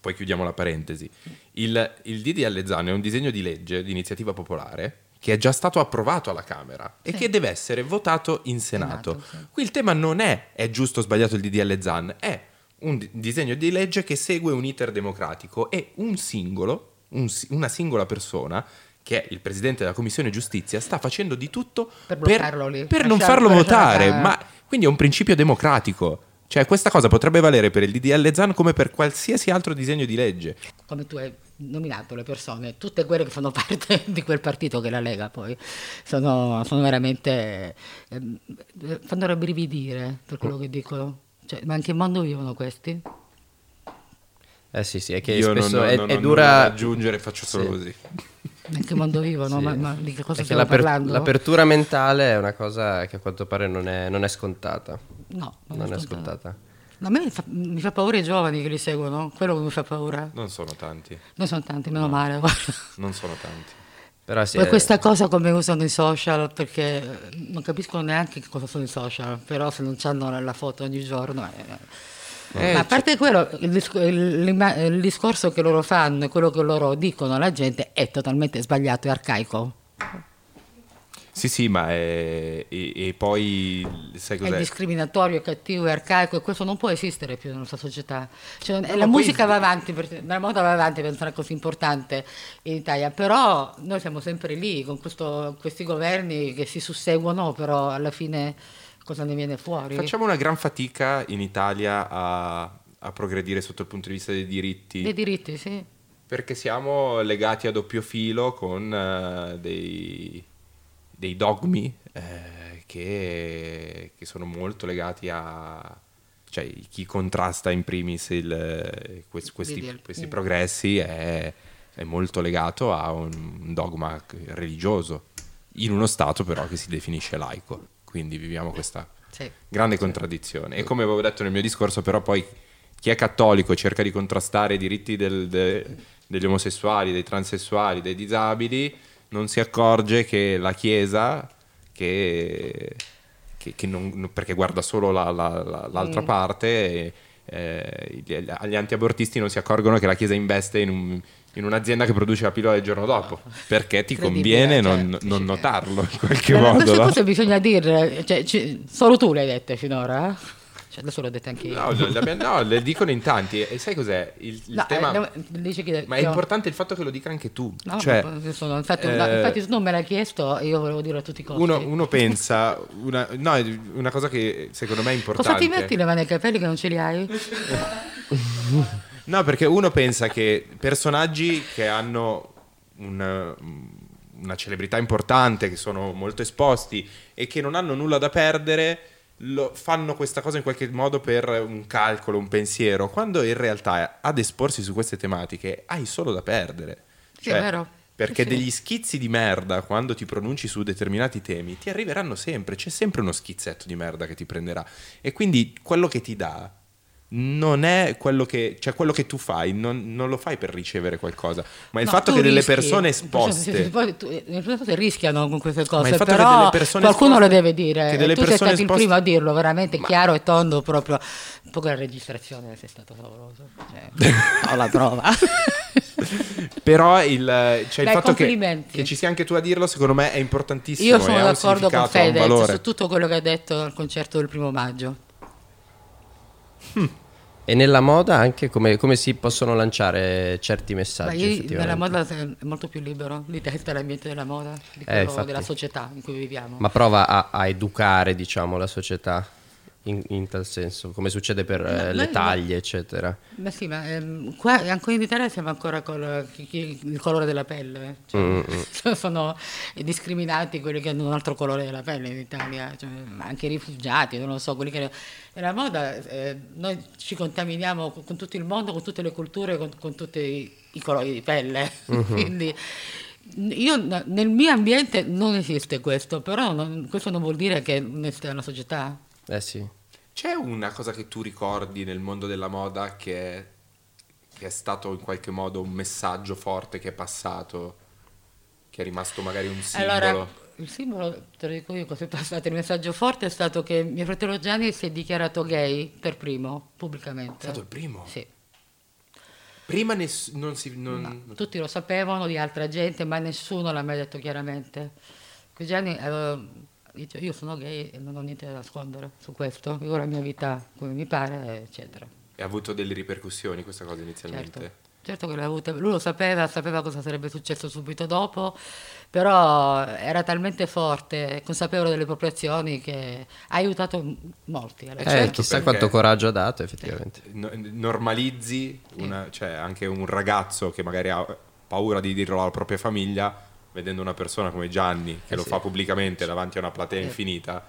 poi chiudiamo la parentesi. Il, il DDL Zan è un disegno di legge di iniziativa popolare che è già stato approvato alla Camera e che deve essere votato in Senato. Senato, sì. Qui il tema non è è giusto o sbagliato il DDL Zan, è un di- disegno di legge che segue un iter democratico e un singolo, un si- una singola persona che è il presidente della Commissione Giustizia sta facendo di tutto Per bloccarlo lì, Eh, per non lasciarlo- farlo lasciarlo votare, fare. ma quindi è un principio democratico. Cioè, questa cosa potrebbe valere per il DDL Zan come per qualsiasi altro disegno di legge. Come tu hai nominato le persone, tutte quelle che fanno parte di quel partito che è la Lega poi, sono, sono veramente... ehm, eh, fanno rabbrividire per Oh. quello che dicono. Cioè, ma anche in che mondo vivono questi? Eh sì, sì, è che Io non- spesso non- è, non- è non dura... voglio aggiungere, faccio solo Sì. così. In che mondo vivono? Sì. Ma, ma di che cosa È che stiamo l'aper- parlando? l'apertura mentale è una cosa che a quanto pare non è, non è scontata. No, non, Non è ascoltata. scontata. A me fa, mi fa paura i giovani che li seguono, quello che mi fa paura. Non sono tanti, Non sono tanti, meno male. guarda. non sono tanti. Però sì, eh, Poi è- questa cosa come usano i social, perché eh, non capiscono neanche che cosa sono i social, però se non hanno la- la foto ogni giorno... eh. Ma a parte quello, il, disco- il- l'imma- il discorso che loro fanno e quello che loro dicono alla gente è totalmente sbagliato e arcaico. Sì, sì, ma è... e, e poi sai È cos'è? discriminatorio, è cattivo, è arcaico e questo non può esistere più nella nostra società. Cioè, eh, ma la poi- musica va avanti, per- la moda va avanti per essere così importante in Italia, però noi siamo sempre lì con questo- questi governi che si susseguono, però alla fine cosa ne viene fuori? Facciamo una gran fatica in Italia a, a progredire sotto il punto di vista dei diritti. Dei diritti, sì. Perché siamo legati a doppio filo con eh, dei, dei dogmi eh, che, che sono molto legati a cioè, chi contrasta in primis il- quest- questi, DDL. questi progressi è, è molto legato a un dogma religioso, in uno Stato però che si definisce laico. Quindi viviamo questa sì. Grande contraddizione. E come avevo detto nel mio discorso, però poi chi è cattolico e cerca di contrastare i diritti del- de- degli omosessuali, dei transessuali, dei disabili, non si accorge che la Chiesa, che, che- che non- perché guarda solo la- la- la- l'altra parte, e, eh, gli, gli antiabortisti non si accorgono che la Chiesa investe in, un- in un'azienda che produce la pillola il giorno dopo, perché ti Incredibile, conviene cioè, non, dici non che- notarlo in qualche Ma modo. queste no? cose bisogna dirle, cioè, ci- solo tu le hai dette finora, eh? Cioè, adesso l'ho dette anche io. No, le, le abbiamo- no, le dicono in tanti. E sai cos'è? Il, il No, tema... eh, no, dici che- ma è che ho- importante il fatto che lo dica anche tu. No, Cioè, io sono- infatti, eh, no, infatti se tu non me l'hai chiesto, io volevo dire a tutti i costi. uno, uno pensa... Una, no, è una cosa che secondo me è Cosa importante. ti metti le mani ai capelli che non ce li hai? No, perché uno pensa che personaggi che hanno un- una celebrità importante, che sono molto esposti e che non hanno nulla da perdere, lo- fanno questa cosa in qualche modo per un calcolo, un pensiero, quando in realtà ad esporsi su queste tematiche hai solo da perdere. Cioè, Sì, è vero. Perché Sì, sì. degli schizzi di merda, quando ti pronunci su determinati temi, ti arriveranno sempre, c'è sempre uno schizzetto di merda che ti prenderà. E quindi quello che ti dà non è quello che, cioè quello che tu fai, non, non lo fai per ricevere qualcosa, ma il No, fatto tu che delle rischi. Cioè, persone Sì, sì, esposte... poi tu- le persone rischiano con queste Ma il cose, fatto che però delle persone qualcuno lo esposte- deve dire. che delle tu sei persone stato il esposte- primo a dirlo, veramente chiaro e tondo proprio. Un po' con la registrazione sei stato favoloso. Eh Cioè, ho la prova. Però il, cioè il Dai, fatto che, complimenti. che ci sia anche tu a dirlo, secondo me è importantissimo. Io e sono ha un d'accordo con significato, ha un Fedez valore. su tutto quello che ha detto al concerto del primo maggio. E nella moda anche come, come si possono lanciare certi Ma messaggi. io Ah, effettivamente. nella moda è molto più libero di testa l'ambiente della moda, di Eh, quello infatti. della società in cui viviamo. Ma prova a, a educare, diciamo, la società in, in tal senso, come succede per eh, No, le noi- taglie, eccetera. Ma sì, ma ehm, qua ancora in Italia siamo ancora con chi- chi- il colore della pelle. cioè, sono discriminati quelli che hanno un altro colore della pelle in Italia, cioè, ma anche i rifugiati, non lo so, quelli che... Nella moda eh, noi ci contaminiamo con, con tutto il mondo, con tutte le culture, con, con tutti i, i colori di pelle. Quindi io n- nel mio ambiente non esiste questo, però non- questo non vuol dire che non esiste una società. Eh sì. C'è una cosa che tu ricordi nel mondo della moda che è, che è stato in qualche modo un messaggio forte che è passato, che è rimasto magari un simbolo? Allora, il simbolo, te lo dico io cosa è passato, il messaggio forte è stato che mio fratello Gianni si è dichiarato gay per primo, pubblicamente. È stato il primo? Sì. Prima ness- non si... non- Tutti lo sapevano di altra gente, ma nessuno l'ha mai detto chiaramente. Che Gianni aveva detto, io sono gay e non ho niente da nascondere su questo, vivo la mia vita come mi pare, eccetera. Ha avuto delle ripercussioni questa cosa inizialmente? Certo, certo che l'ha avuta. Lui lo sapeva, sapeva cosa sarebbe successo subito dopo, però era talmente forte, consapevole delle proprie azioni, che ha aiutato m- molti. alla Eh, Eh, fine. certo, chissà perché- quanto coraggio ha dato effettivamente. No- normalizzi una- cioè anche un ragazzo che magari ha paura di dirlo alla propria famiglia, vedendo una persona come Gianni Eh che lo fa pubblicamente davanti a una platea infinita,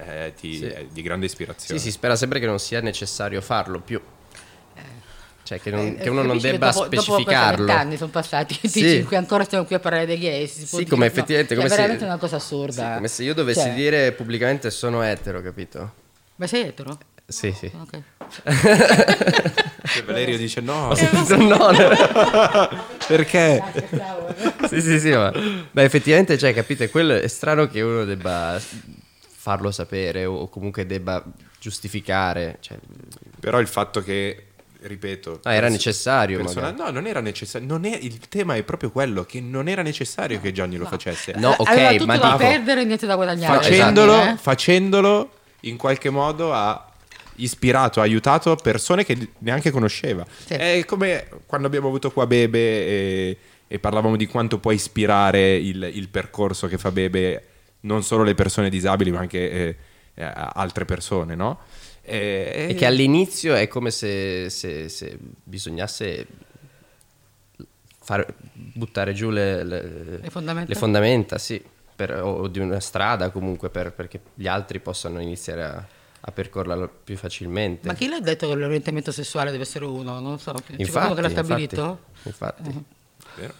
eh, ti- Sì. è di grande Sì, ispirazione. si spera sempre che non sia necessario farlo più. Cioè che, non- Eh, che uno non capisci che debba dopo- Dopo specificarlo. questi anni sono passati, Sì. dici, qui ancora stiamo qui a parlare dei gay. si può Sì, dire, come no, effettivamente... È come se- veramente una cosa assurda. Sì, come se io dovessi Cioè, dire pubblicamente sono etero, capito? Ma sei etero? Sì, sì. Ok. Cioè, Valerio dice no, no, no. perché? sì, sì, sì, ma... ma effettivamente, cioè, capite, quello è strano che uno debba farlo sapere o comunque debba giustificare. Cioè, Però il fatto che, ripeto... Ah, era pers- necessario, persona- no, non era necessario. non è- il tema è proprio quello, che non era necessario Ah, che Gianni lo facesse. No, ok, Aveva tutto ma da dico- Esatto. perdere e niente da guadagnare. facendolo, Gianni, eh? facendolo in qualche modo ha ispirato, ha aiutato persone che neanche conosceva. Sì. È come quando abbiamo avuto qua Bebe e, e parlavamo di quanto può ispirare il, il percorso che fa Bebe non solo le persone disabili ma anche eh, eh, altre persone, no? E, E che Eh. all'inizio è come se, se- se bisognasse far- buttare giù le, le- Le fondamenta? le fondamenta, sì, per- o, o di una strada comunque per- perché gli altri possano iniziare a, a percorrerla più facilmente. Ma chi l'ha detto che l'orientamento sessuale deve essere uno? Non so. C'è qualcuno che l'ha stabilito? Eh, Infatti, infatti. Vero.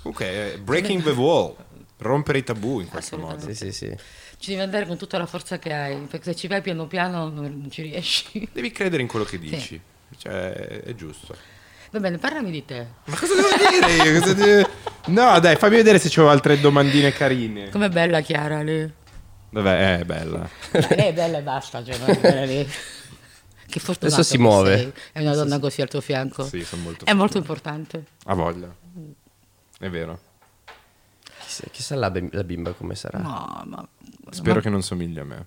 Comunque, eh, breaking the wall, rompere i tabù in qualche modo. sì, sì, sì. Ci devi andare con tutta la forza che hai, perché se ci vai piano piano non, non ci riesci. Devi credere in quello che dici, cioè è giusto. Va bene, parlami di te. Ma cosa devo dire io? Cosa devo- No, dai, fammi vedere se c'ho altre domandine carine. Com'è bella Chiara lì? Vabbè, eh, è bella. Beh, Lei è bella e basta, cioè, non è bella lì. Che fortunato Adesso si che muove. sei. È una donna così al tuo fianco. Sì, sono molto È molto importante. Ha voglia. È vero. Chissà, chissà la, bim- la bimba come sarà. No, ma... Spero che non somigli a me.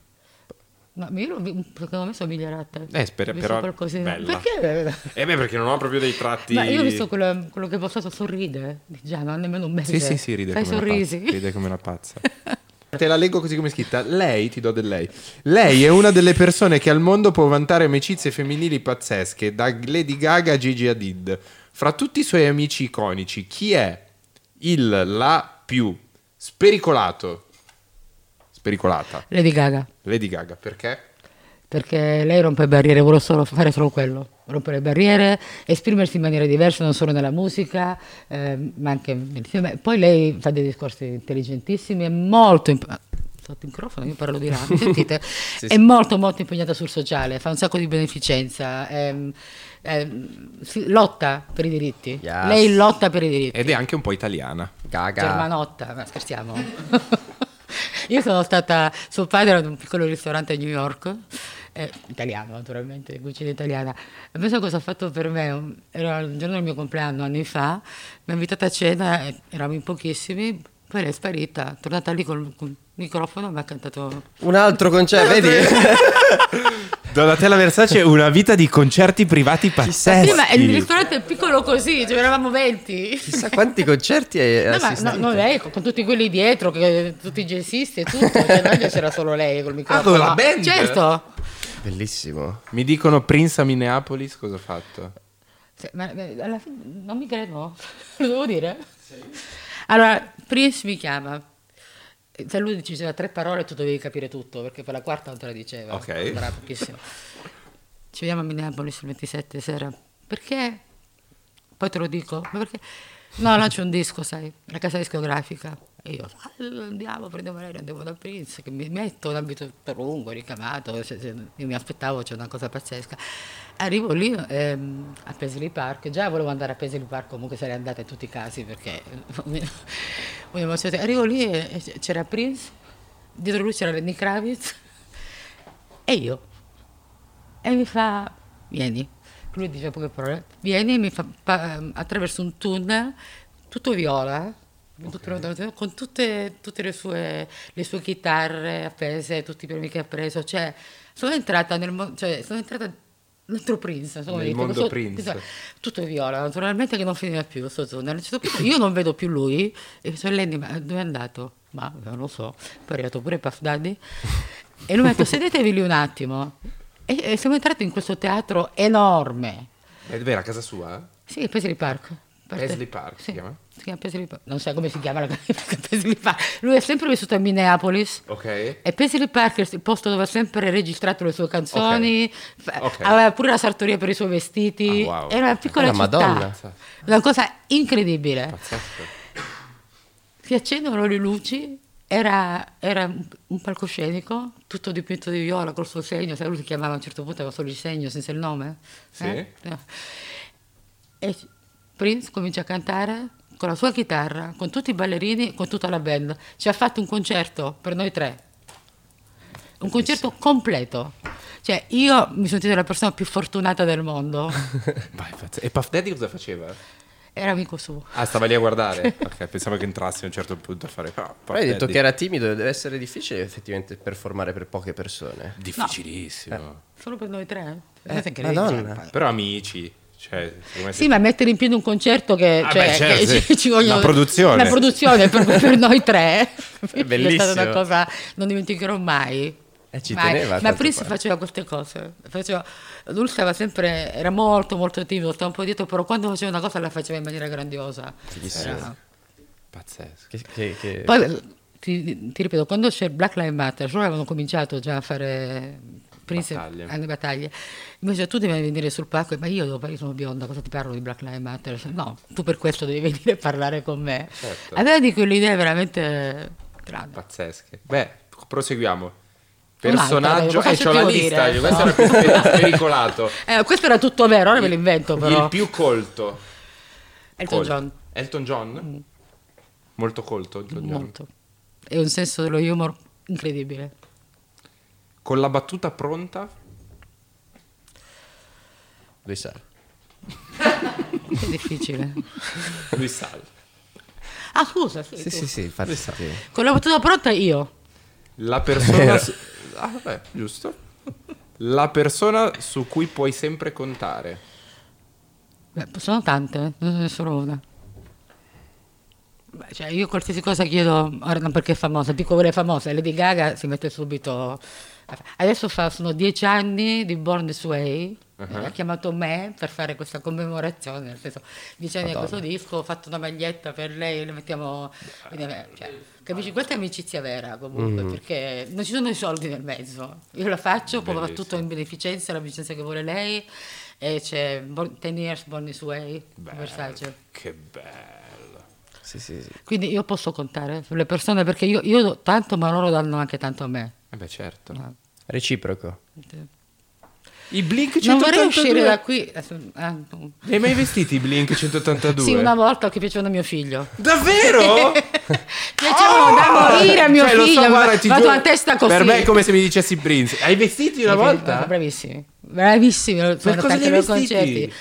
ma io, mi- secondo me somiglierà a te. Eh, spera- Ho visto però- qualcosina. bella. Perché? Eh beh, perché non ho proprio dei tratti... Ma io ho visto quello, quello che ho postato sorride, già, non nemmeno un mese. Sì, sì, sì, ride Fai come sorrisi. una pazza. Ride come una pazza. Cioè, Te la leggo così come è scritta. Lei, ti do del lei. Lei è una delle persone che al mondo può vantare amicizie femminili pazzesche, da Lady Gaga a Gigi Hadid. Fra tutti i suoi amici iconici, chi è il la più spericolato? Spericolata. Lady Gaga. Lady Gaga, perché? Perché lei rompe barriere, vuole solo fare solo quello, rompere barriere, esprimersi in maniera diversa, non solo nella musica, ehm, ma anche... insieme. Poi lei fa dei discorsi intelligentissimi, è molto... imp- ah, sotto il microfono, io parlo di là, mi sentite? è molto molto impegnata sul sociale, fa un sacco di beneficenza, ehm, ehm, si- lotta per i diritti. Yes. Lei lotta per i diritti. Ed è anche un po' italiana. Gaga. Germanotta, ma scherziamo. Io sono stata, suo padre era in un piccolo ristorante a New York, eh, italiano naturalmente, di cucina italiana. E penso cosa ha fatto per me, un- era il giorno del mio compleanno, anni fa, mi ha invitata a cena, eh, eravamo in pochissimi, poi lei è sparita, è tornata lì col, col microfono e mi ha cantato... Un altro concerto, vedi? Donatella Versace una vita di concerti privati pazzeschi. Sì, ma il ristorante è piccolo così, cioè eravamo 20. Chissà quanti concerti hai No, ma assistito. no, no, lei con, con tutti quelli dietro, che- tutti i jazzisti e tutto, cioè, noi c'era solo lei col microfono. con la band? Certo. Bellissimo. Mi dicono Prince a Minneapolis, cosa ha fatto? Sì, ma eh, alla fine non mi credo, lo devo dire. Allora, Prince mi chiama. Se lui ci diceva tre parole tu dovevi capire tutto, perché per la quarta non te la diceva. Ok. Era pochissimo. Ci vediamo a Minneapolis il 27 sera. Perché? Poi te lo dico. Ma perché? No, no, c'è un disco, sai, la casa discografica. E io, "Ah, andiamo, prendiamo l'aereo, andiamo da Prince, che mi metto un abito per lungo, ricamato, cioè, cioè, io mi aspettavo, c'è una cosa pazzesca. Arrivo lì ehm, a Paisley Park, già volevo andare a Paisley Park, comunque sarei andata in tutti i casi perché... un'emozione. Arrivo lì e e c'era Prince, dietro lui c'era Lenny Kravitz e io. E mi fa, vieni. Lui dice poche parole. Vieni, mi fa pa- attraverso un tunnel tutto viola, tutto- con tutte, tutte le, sue, le sue chitarre appese, tutti i premi che ha preso. Cioè, sono entrata nel mondo, cioè, sono entrata l'altro Prince. insomma, Nel dico, mondo questo- Prince. questo- tutto viola, naturalmente che non finiva più sto tunnel. A un certo punto io non vedo più lui e mi sono Lenny, ma dove è andato? Ma eh, non lo so, poi è arrivato pure Puff Daddy e lui mi ha detto sedetevi lì un attimo e, e siamo entrati in questo teatro enorme, È vero, a casa sua? eh? sì, Paisley Park. Parte- Paisley Park si sì, chiama? si chiama Paisley Park. Non so come si chiama la Paisley Park. Lui è sempre vissuto a Minneapolis. Ok. E Paisley Parker, il posto dove ha sempre registrato le sue canzoni, fa- Ok. aveva pure la sartoria per i suoi vestiti, Ah, wow. era una piccola Ah, la città, Madonna. una cosa incredibile. Pazzesco. Si accendono le luci, era, era un- un palcoscenico, tutto dipinto di viola col suo segno, sai, lui si chiamava a un certo punto, aveva solo il segno senza il nome. eh? Sì. E Prince comincia a cantare con la sua chitarra, con tutti i ballerini, con tutta la band. Ci ha fatto un concerto per noi tre. Un concerto completo. Cioè, io mi sono sentita la persona più fortunata del mondo. Vai, pazz- e Puff Daddy cosa faceva? Era amico suo. Ah, stava lì a guardare. ok, pensavo che entrasse a un certo punto a fare. "Ah, Puff Però hai detto Daddy". che era timido, deve essere difficile effettivamente performare per poche persone. difficilissimo. Solo per noi tre. Madonna. Però amici, cioè, secondo me Sì, ma mettere in piedi un concerto che, Ah, cioè, beh, certo, che sì. ci, ci vogliono Una produzione. una produzione per, per noi tre è bellissimo. stata una cosa non dimenticherò mai. Eh, ci Mai. teneva, ma tanto Prince qua. faceva queste cose. Faceva- lui stava sempre, era molto molto timido, stava un po' dietro, però quando faceva una cosa la faceva in maniera grandiosa. Era- pazzesco. Che, che- Eh. che- Poi ti, ti ripeto, quando c'è il Black Lives Matter, loro avevano cominciato già a fare Prince Battaglie. alle battaglie. Invece tu devi venire sul palco, e, ma io, devo- io sono bionda, cosa ti parlo di Black Lives Matter? Cioè, No, tu per questo devi venire a parlare con me. Certo. Aveva di quelle idee veramente grandi. Pazzesche. Beh, proseguiamo. Un'altra, dai, Personaggio, lo eh, faccio c'ho la più lista. dire, io, Questo no? era più sper- pericolato. Eh, questo era tutto vero, ora ve lo invento però. Il più colto. Elton Colto. John, Elton John? Molto colto. Elton John. molto. E un senso dello humor incredibile. Con la battuta pronta? Lui sa. È difficile. Lui sale. ah, scusa, sì, Sì, tu. sì, sì, infatti. sì. Con la battuta pronta io. La persona. su- Ah, beh, giusto. La persona su cui puoi sempre contare. Beh, sono tante, eh, non ce ne sono una. Beh, cioè, io qualsiasi cosa chiedo, ora non perché è famosa, dico quella è famosa, Lady Gaga si mette subito... a fa- Adesso fa- sono dieci anni di Born This Way, ha chiamato me per fare questa commemorazione, nel senso, dieci anni di questo disco, ho fatto una maglietta per lei, le mettiamo... cioè, capisci? Questa è amicizia vera comunque, perché non ci sono i soldi nel mezzo, io la faccio, poi va Bellissimo. tutto in beneficenza, la beneficenza che vuole lei, e c'è Born- Ten Years Born This Way, Versace. Che bello. Sì, sì, sì. Quindi io posso contare sulle persone perché io, io do tanto, ma loro danno anche tanto a me. Eh beh, certo. Ah. Reciproco. I Blink 182. Non vorrei uscire da qui. adesso- ah, no. Ne hai mai vestiti i Blink 182? Sì, una volta che piacevano a mio figlio. Oh! Davvero? Piacevano da morire a mio Cioè, lo so, figlio. guarda, ti vado giuro, a testa così. Per me è come se mi dicessi Prince. Hai vestiti una Sì, volta? Bravissimi, bravissimi. Sono andata cosa anche li hai ai vestiti? concerti.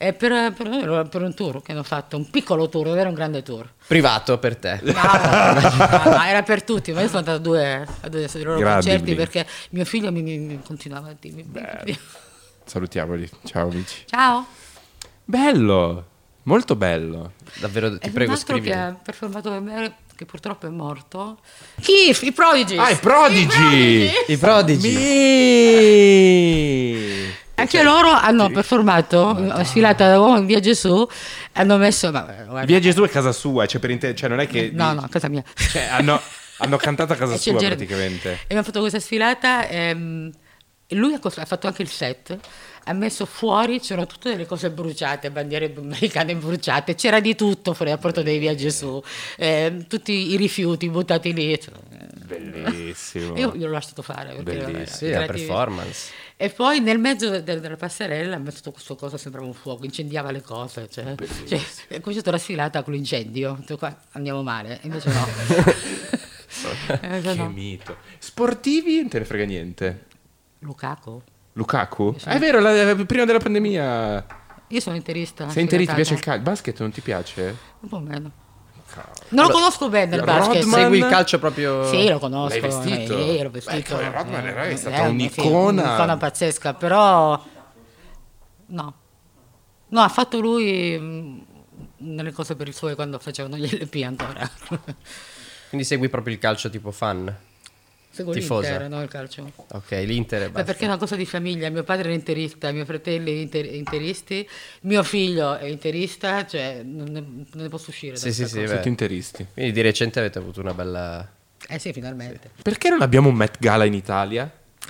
Eh, per, per noi, per un tour che hanno fatto, un piccolo tour, non era un grande tour. Privato per te. No, no, no, era per tutti, ma io sono andata a due, a due dei loro Grandi concerti Blink. perché mio figlio mi, mi- mi continuava a dirmi "Blink, Blink". Salutiamoli. Ciao amici. ciao. Bello. Molto bello. Davvero, ti È prego, un altro scrivi. che ha performato per me che purtroppo è morto. Chi? I Prodigy. Ah, i Prodigy! I prodigi. Anche loro hanno performato eh, sfilata da uomo in via Gesù. Hanno messo. Vabbè, guarda. Via Gesù è casa sua, cioè, per inte- cioè non è che... No, no, casa mia. Cioè, hanno, hanno cantato a casa E c'è il sua giardino. praticamente. E abbiamo fatto questa sfilata. ehm, e lui ha, cos- ha fatto anche il set. Ha messo fuori, c'erano tutte delle cose bruciate, bandiere americane bruciate, c'era di tutto fuori dal porto dei Via Gesù, ehm, tutti i rifiuti buttati lì. cioè, Bellissimo. Io glielo ho lasciato fare. perché, vabbè, Bellissimo, Eh, sì, la creativi. performance. E poi nel mezzo de- de- della passerella ha messo questo cosa, sembrava un fuoco, incendiava le cose. Cioè, cioè, è cominciata la sfilata con l'incendio. Ho detto, qua andiamo male, invece no. invece Che no. mito. Sportivi non te ne frega niente. Lukaku? Lukaku? Ah, È vero, la- prima della Ah, pandemia. Io sono interista. Sei interista, ti piace sfegatata. il calcio? Il basket non ti piace? Un po' meno. Non lo conosco bene il Rodman- basket. Segui il calcio proprio... Sì, lo conosco. L'hai vestito? eh, io l'ho Beh, vestito. come Rodman era- è eh, stata eh, sì, un'icona. un'icona pazzesca, però no. No, ha fatto lui mh, nelle cose per il suo quando facevano gli LP ancora. Quindi segui proprio il calcio tipo fan. Seguo Tifosa. l'Inter, no, il calcio. Ok, l'Inter e Beh, basta. perché è una cosa di famiglia, mio padre era interista, mio fratello è inter- interisti, mio figlio è interista, cioè non ne, non ne posso uscire. da Sì, sì, questa cosa. sì. beh. Siete interisti. Quindi di recente avete avuto una bella... Eh sì, finalmente. Perché non abbiamo un Met Gala in Italia? Eh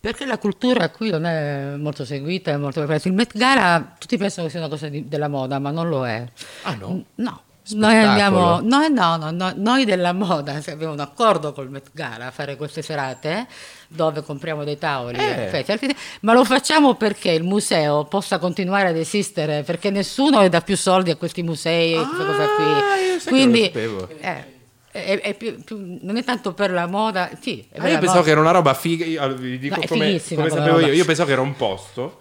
Perché la cultura qui non è molto seguita, è molto preparata. Il Met Gala tutti pensano che sia una cosa di- della moda, ma non lo è. Ah, no? N- No. Noi Spettacolo. andiamo, noi, no, no, no, noi della moda se abbiamo un accordo col Met Gala a fare queste serate dove compriamo dei tavoli, Eh. effetti, altri- ma lo facciamo perché il museo possa continuare ad esistere, perché nessuno dà più soldi a questi musei e queste cose Ah, io qui. sai che non lo Quindi sapevo. eh, è- è più- più- non è tanto per la moda, sì, è per Ah, io la pensavo moda. che era una roba figa. Io, allora, vi dico No, è come, fighissima come quella sapevo roba. io. Io pensavo che era un posto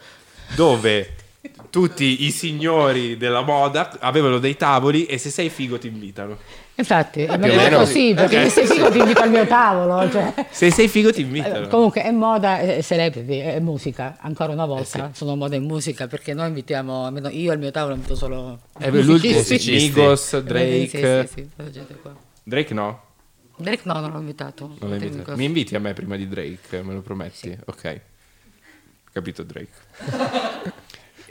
dove tutti i signori della moda avevano dei tavoli e se sei figo ti invitano. Infatti, è o meglio meno. così, perché se sei figo ti invito al mio tavolo. cioè. Se sei figo ti invitano. Comunque è moda, è celebrity, è musica, ancora una Eh volta sono moda e musica, perché noi invitiamo, almeno io al mio tavolo invito solo È Eh, l'ultimo musicisti. Eh, Migos, Sì, Drake. sì, sì, sì, quella gente qua. Drake no? Drake no, non l'ho invitato. Non l'hai Te invitato. dico. Mi inviti a me prima di Drake, me lo prometti? Ok. Capito Drake.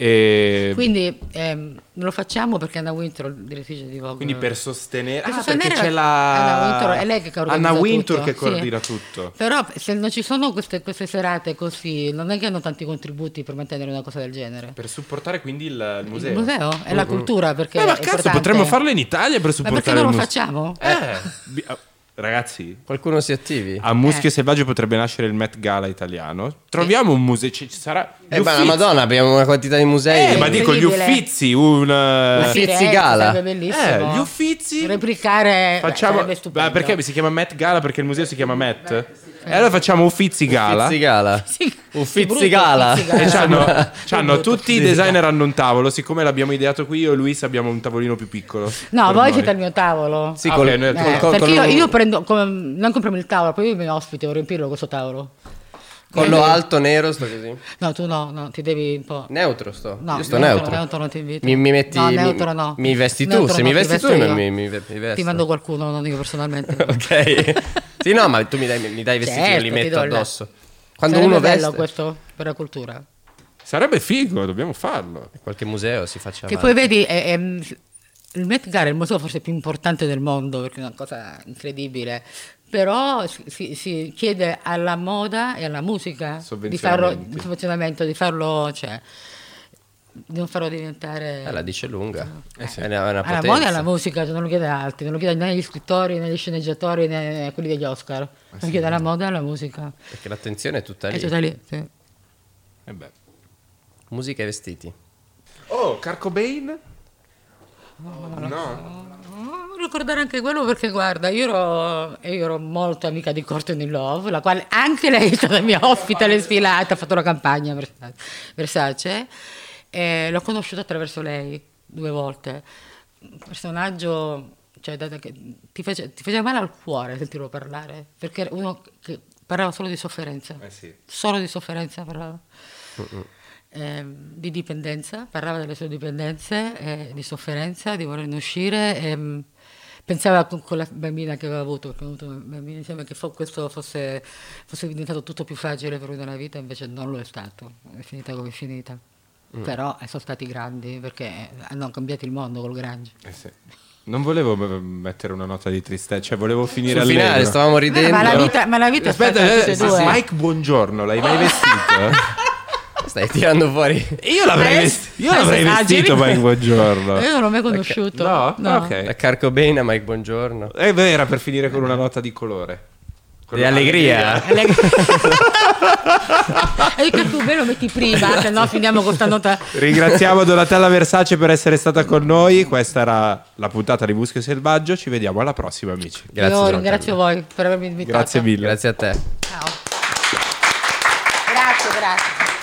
E- Quindi, Quindi ehm, lo facciamo perché Anna Winter, direttrice di Vogue. per sostenere... Per ah, sostenere perché c'è Anna la... Wintour, è lei che organizza Anna Wintour tutto, che sì. coordina tutto. Però se non ci sono queste, queste serate così, non è che hanno tanti contributi per mantenere una cosa del genere. Per supportare quindi il, il museo. Il museo è la cultura perché Beh, ma è cazzo, importante. potremmo farlo in Italia per Ma perché supportare non lo il museo. facciamo? Eh, bi- ah, ragazzi, Qualcuno si attivi? a Eh. Muschio Selvaggio potrebbe nascere il Met Gala italiano. Troviamo un museo, ci ci sarà... gli Eh, ma la Uffizi. Madonna, abbiamo una quantità di musei. Eh, ma dico gli Incredibile. Uffizi, un... eh, Uffizi Firenze Gala. sarebbe bellissimo. Eh, gli Uffizi- Replicare. Facciamo, Facciamo. Beh, ma stupendo. perché si chiama Met Gala? Perché il museo si chiama Met? E allora facciamo Uffizi Gala. Uffizi Gala. Sì, Uffizi sì, brutto, Gala. Uffizi E c'hanno, c'hanno Brutto, tutti i Uffizi designer hanno un tavolo. Siccome l'abbiamo ideato qui, io e Luis abbiamo un tavolino più piccolo. Gala. No, Per voi noi. siete al mio tavolo. Sì, Ah, col- ok, noi- Eh, col- col- perché col- io, io prendo. come- non compriamo il tavolo, poi io mi ospite, devo riempirlo questo tavolo. collo alto, nero, sto così. No, tu no, no, ti devi un po'. Neutro sto. No, io sto neutro, neutro. neutro non ti invito. Mi, mi metti... No, mi- neutro no. Mi vesti tu, Neutro se no, mi ti vesti tu vesto io. mi, mi, mi vesto. Ti mando qualcuno, non io personalmente. Ok. sì, no, ma tu mi dai, mi dai i vestiti, io Certo, li ti metto do il- addosso. Quando Sarebbe uno bello veste... questo per la cultura. Sarebbe figo, dobbiamo farlo. Qualche museo si faccia Che poi avanti. vedi, è- è- il Met Gala è il museo forse più importante del mondo, perché è una cosa incredibile, però si, si chiede alla moda e alla musica di farlo, Sovvenzionamenti. il sovvenzionamento, di farlo, cioè, di non farlo diventare... Eh, la dice lunga. È una, è una alla potenza. Ah, moda e alla musica, cioè, non lo chiede ad altri, non lo chiede né agli scrittori, né agli sceneggiatori, né a quelli degli Oscar, lo chiede alla moda Eh, certo. e alla musica. Perché l'attenzione è tutta È lì. tutta lì, sì. E Eh beh. Musica e vestiti. Oh, Carco Bane? Oh, Ricordare anche quello perché guarda, io ero, io ero molto amica di Courtney Love, la quale anche lei è stata mia ospite alle sfilate, ha fatto la campagna a Versa- Versace, e l'ho conosciuta attraverso lei due volte. Un personaggio cioè, da- da- che ti, face- ti faceva male al cuore sentirlo parlare, perché era uno che parlava solo di sofferenza, Eh sì. solo di sofferenza parlava. Ehm, di dipendenza, parlava delle sue dipendenze, eh, di sofferenza, di volerne uscire. ehm, pensava con, con la bambina che aveva avuto, perché ho avuto una bambina insieme, che fo- questo fosse, fosse diventato tutto più facile per lui nella vita, invece non lo è stato, è finita come è finita. Mm. Però eh, sono stati grandi perché eh, hanno cambiato il mondo col Grange. Eh sì. Non volevo eh, mettere una nota di tristezza, cioè volevo finire Sul allegro. finale stavamo ridendo. ma la vita, ma la vita Aspetta, è stata eh, tutte e due. Mike, buongiorno, l'hai mai vestito? Stai tirando fuori. io l'avrei, Eh, vesti- io eh, l'avrei ah, esageri. vestito Mike, buongiorno. Eh. Io non l'ho mai conosciuto. No? Ok. Da Carco Bene a Mike Buongiorno. Eh, beh, era per finire con una nota di colore. Con Di allegria. E lei- Ah, E io che tu me lo metti prima, se no finiamo con sta nota. Ringraziamo Donatella Versace per essere stata con noi. Questa era la puntata di Muschio Selvaggio. Ci vediamo alla prossima, amici. Grazie. io Donatella. ringrazio voi per avermi invitato. Grazie mille. Grazie a te. Ciao.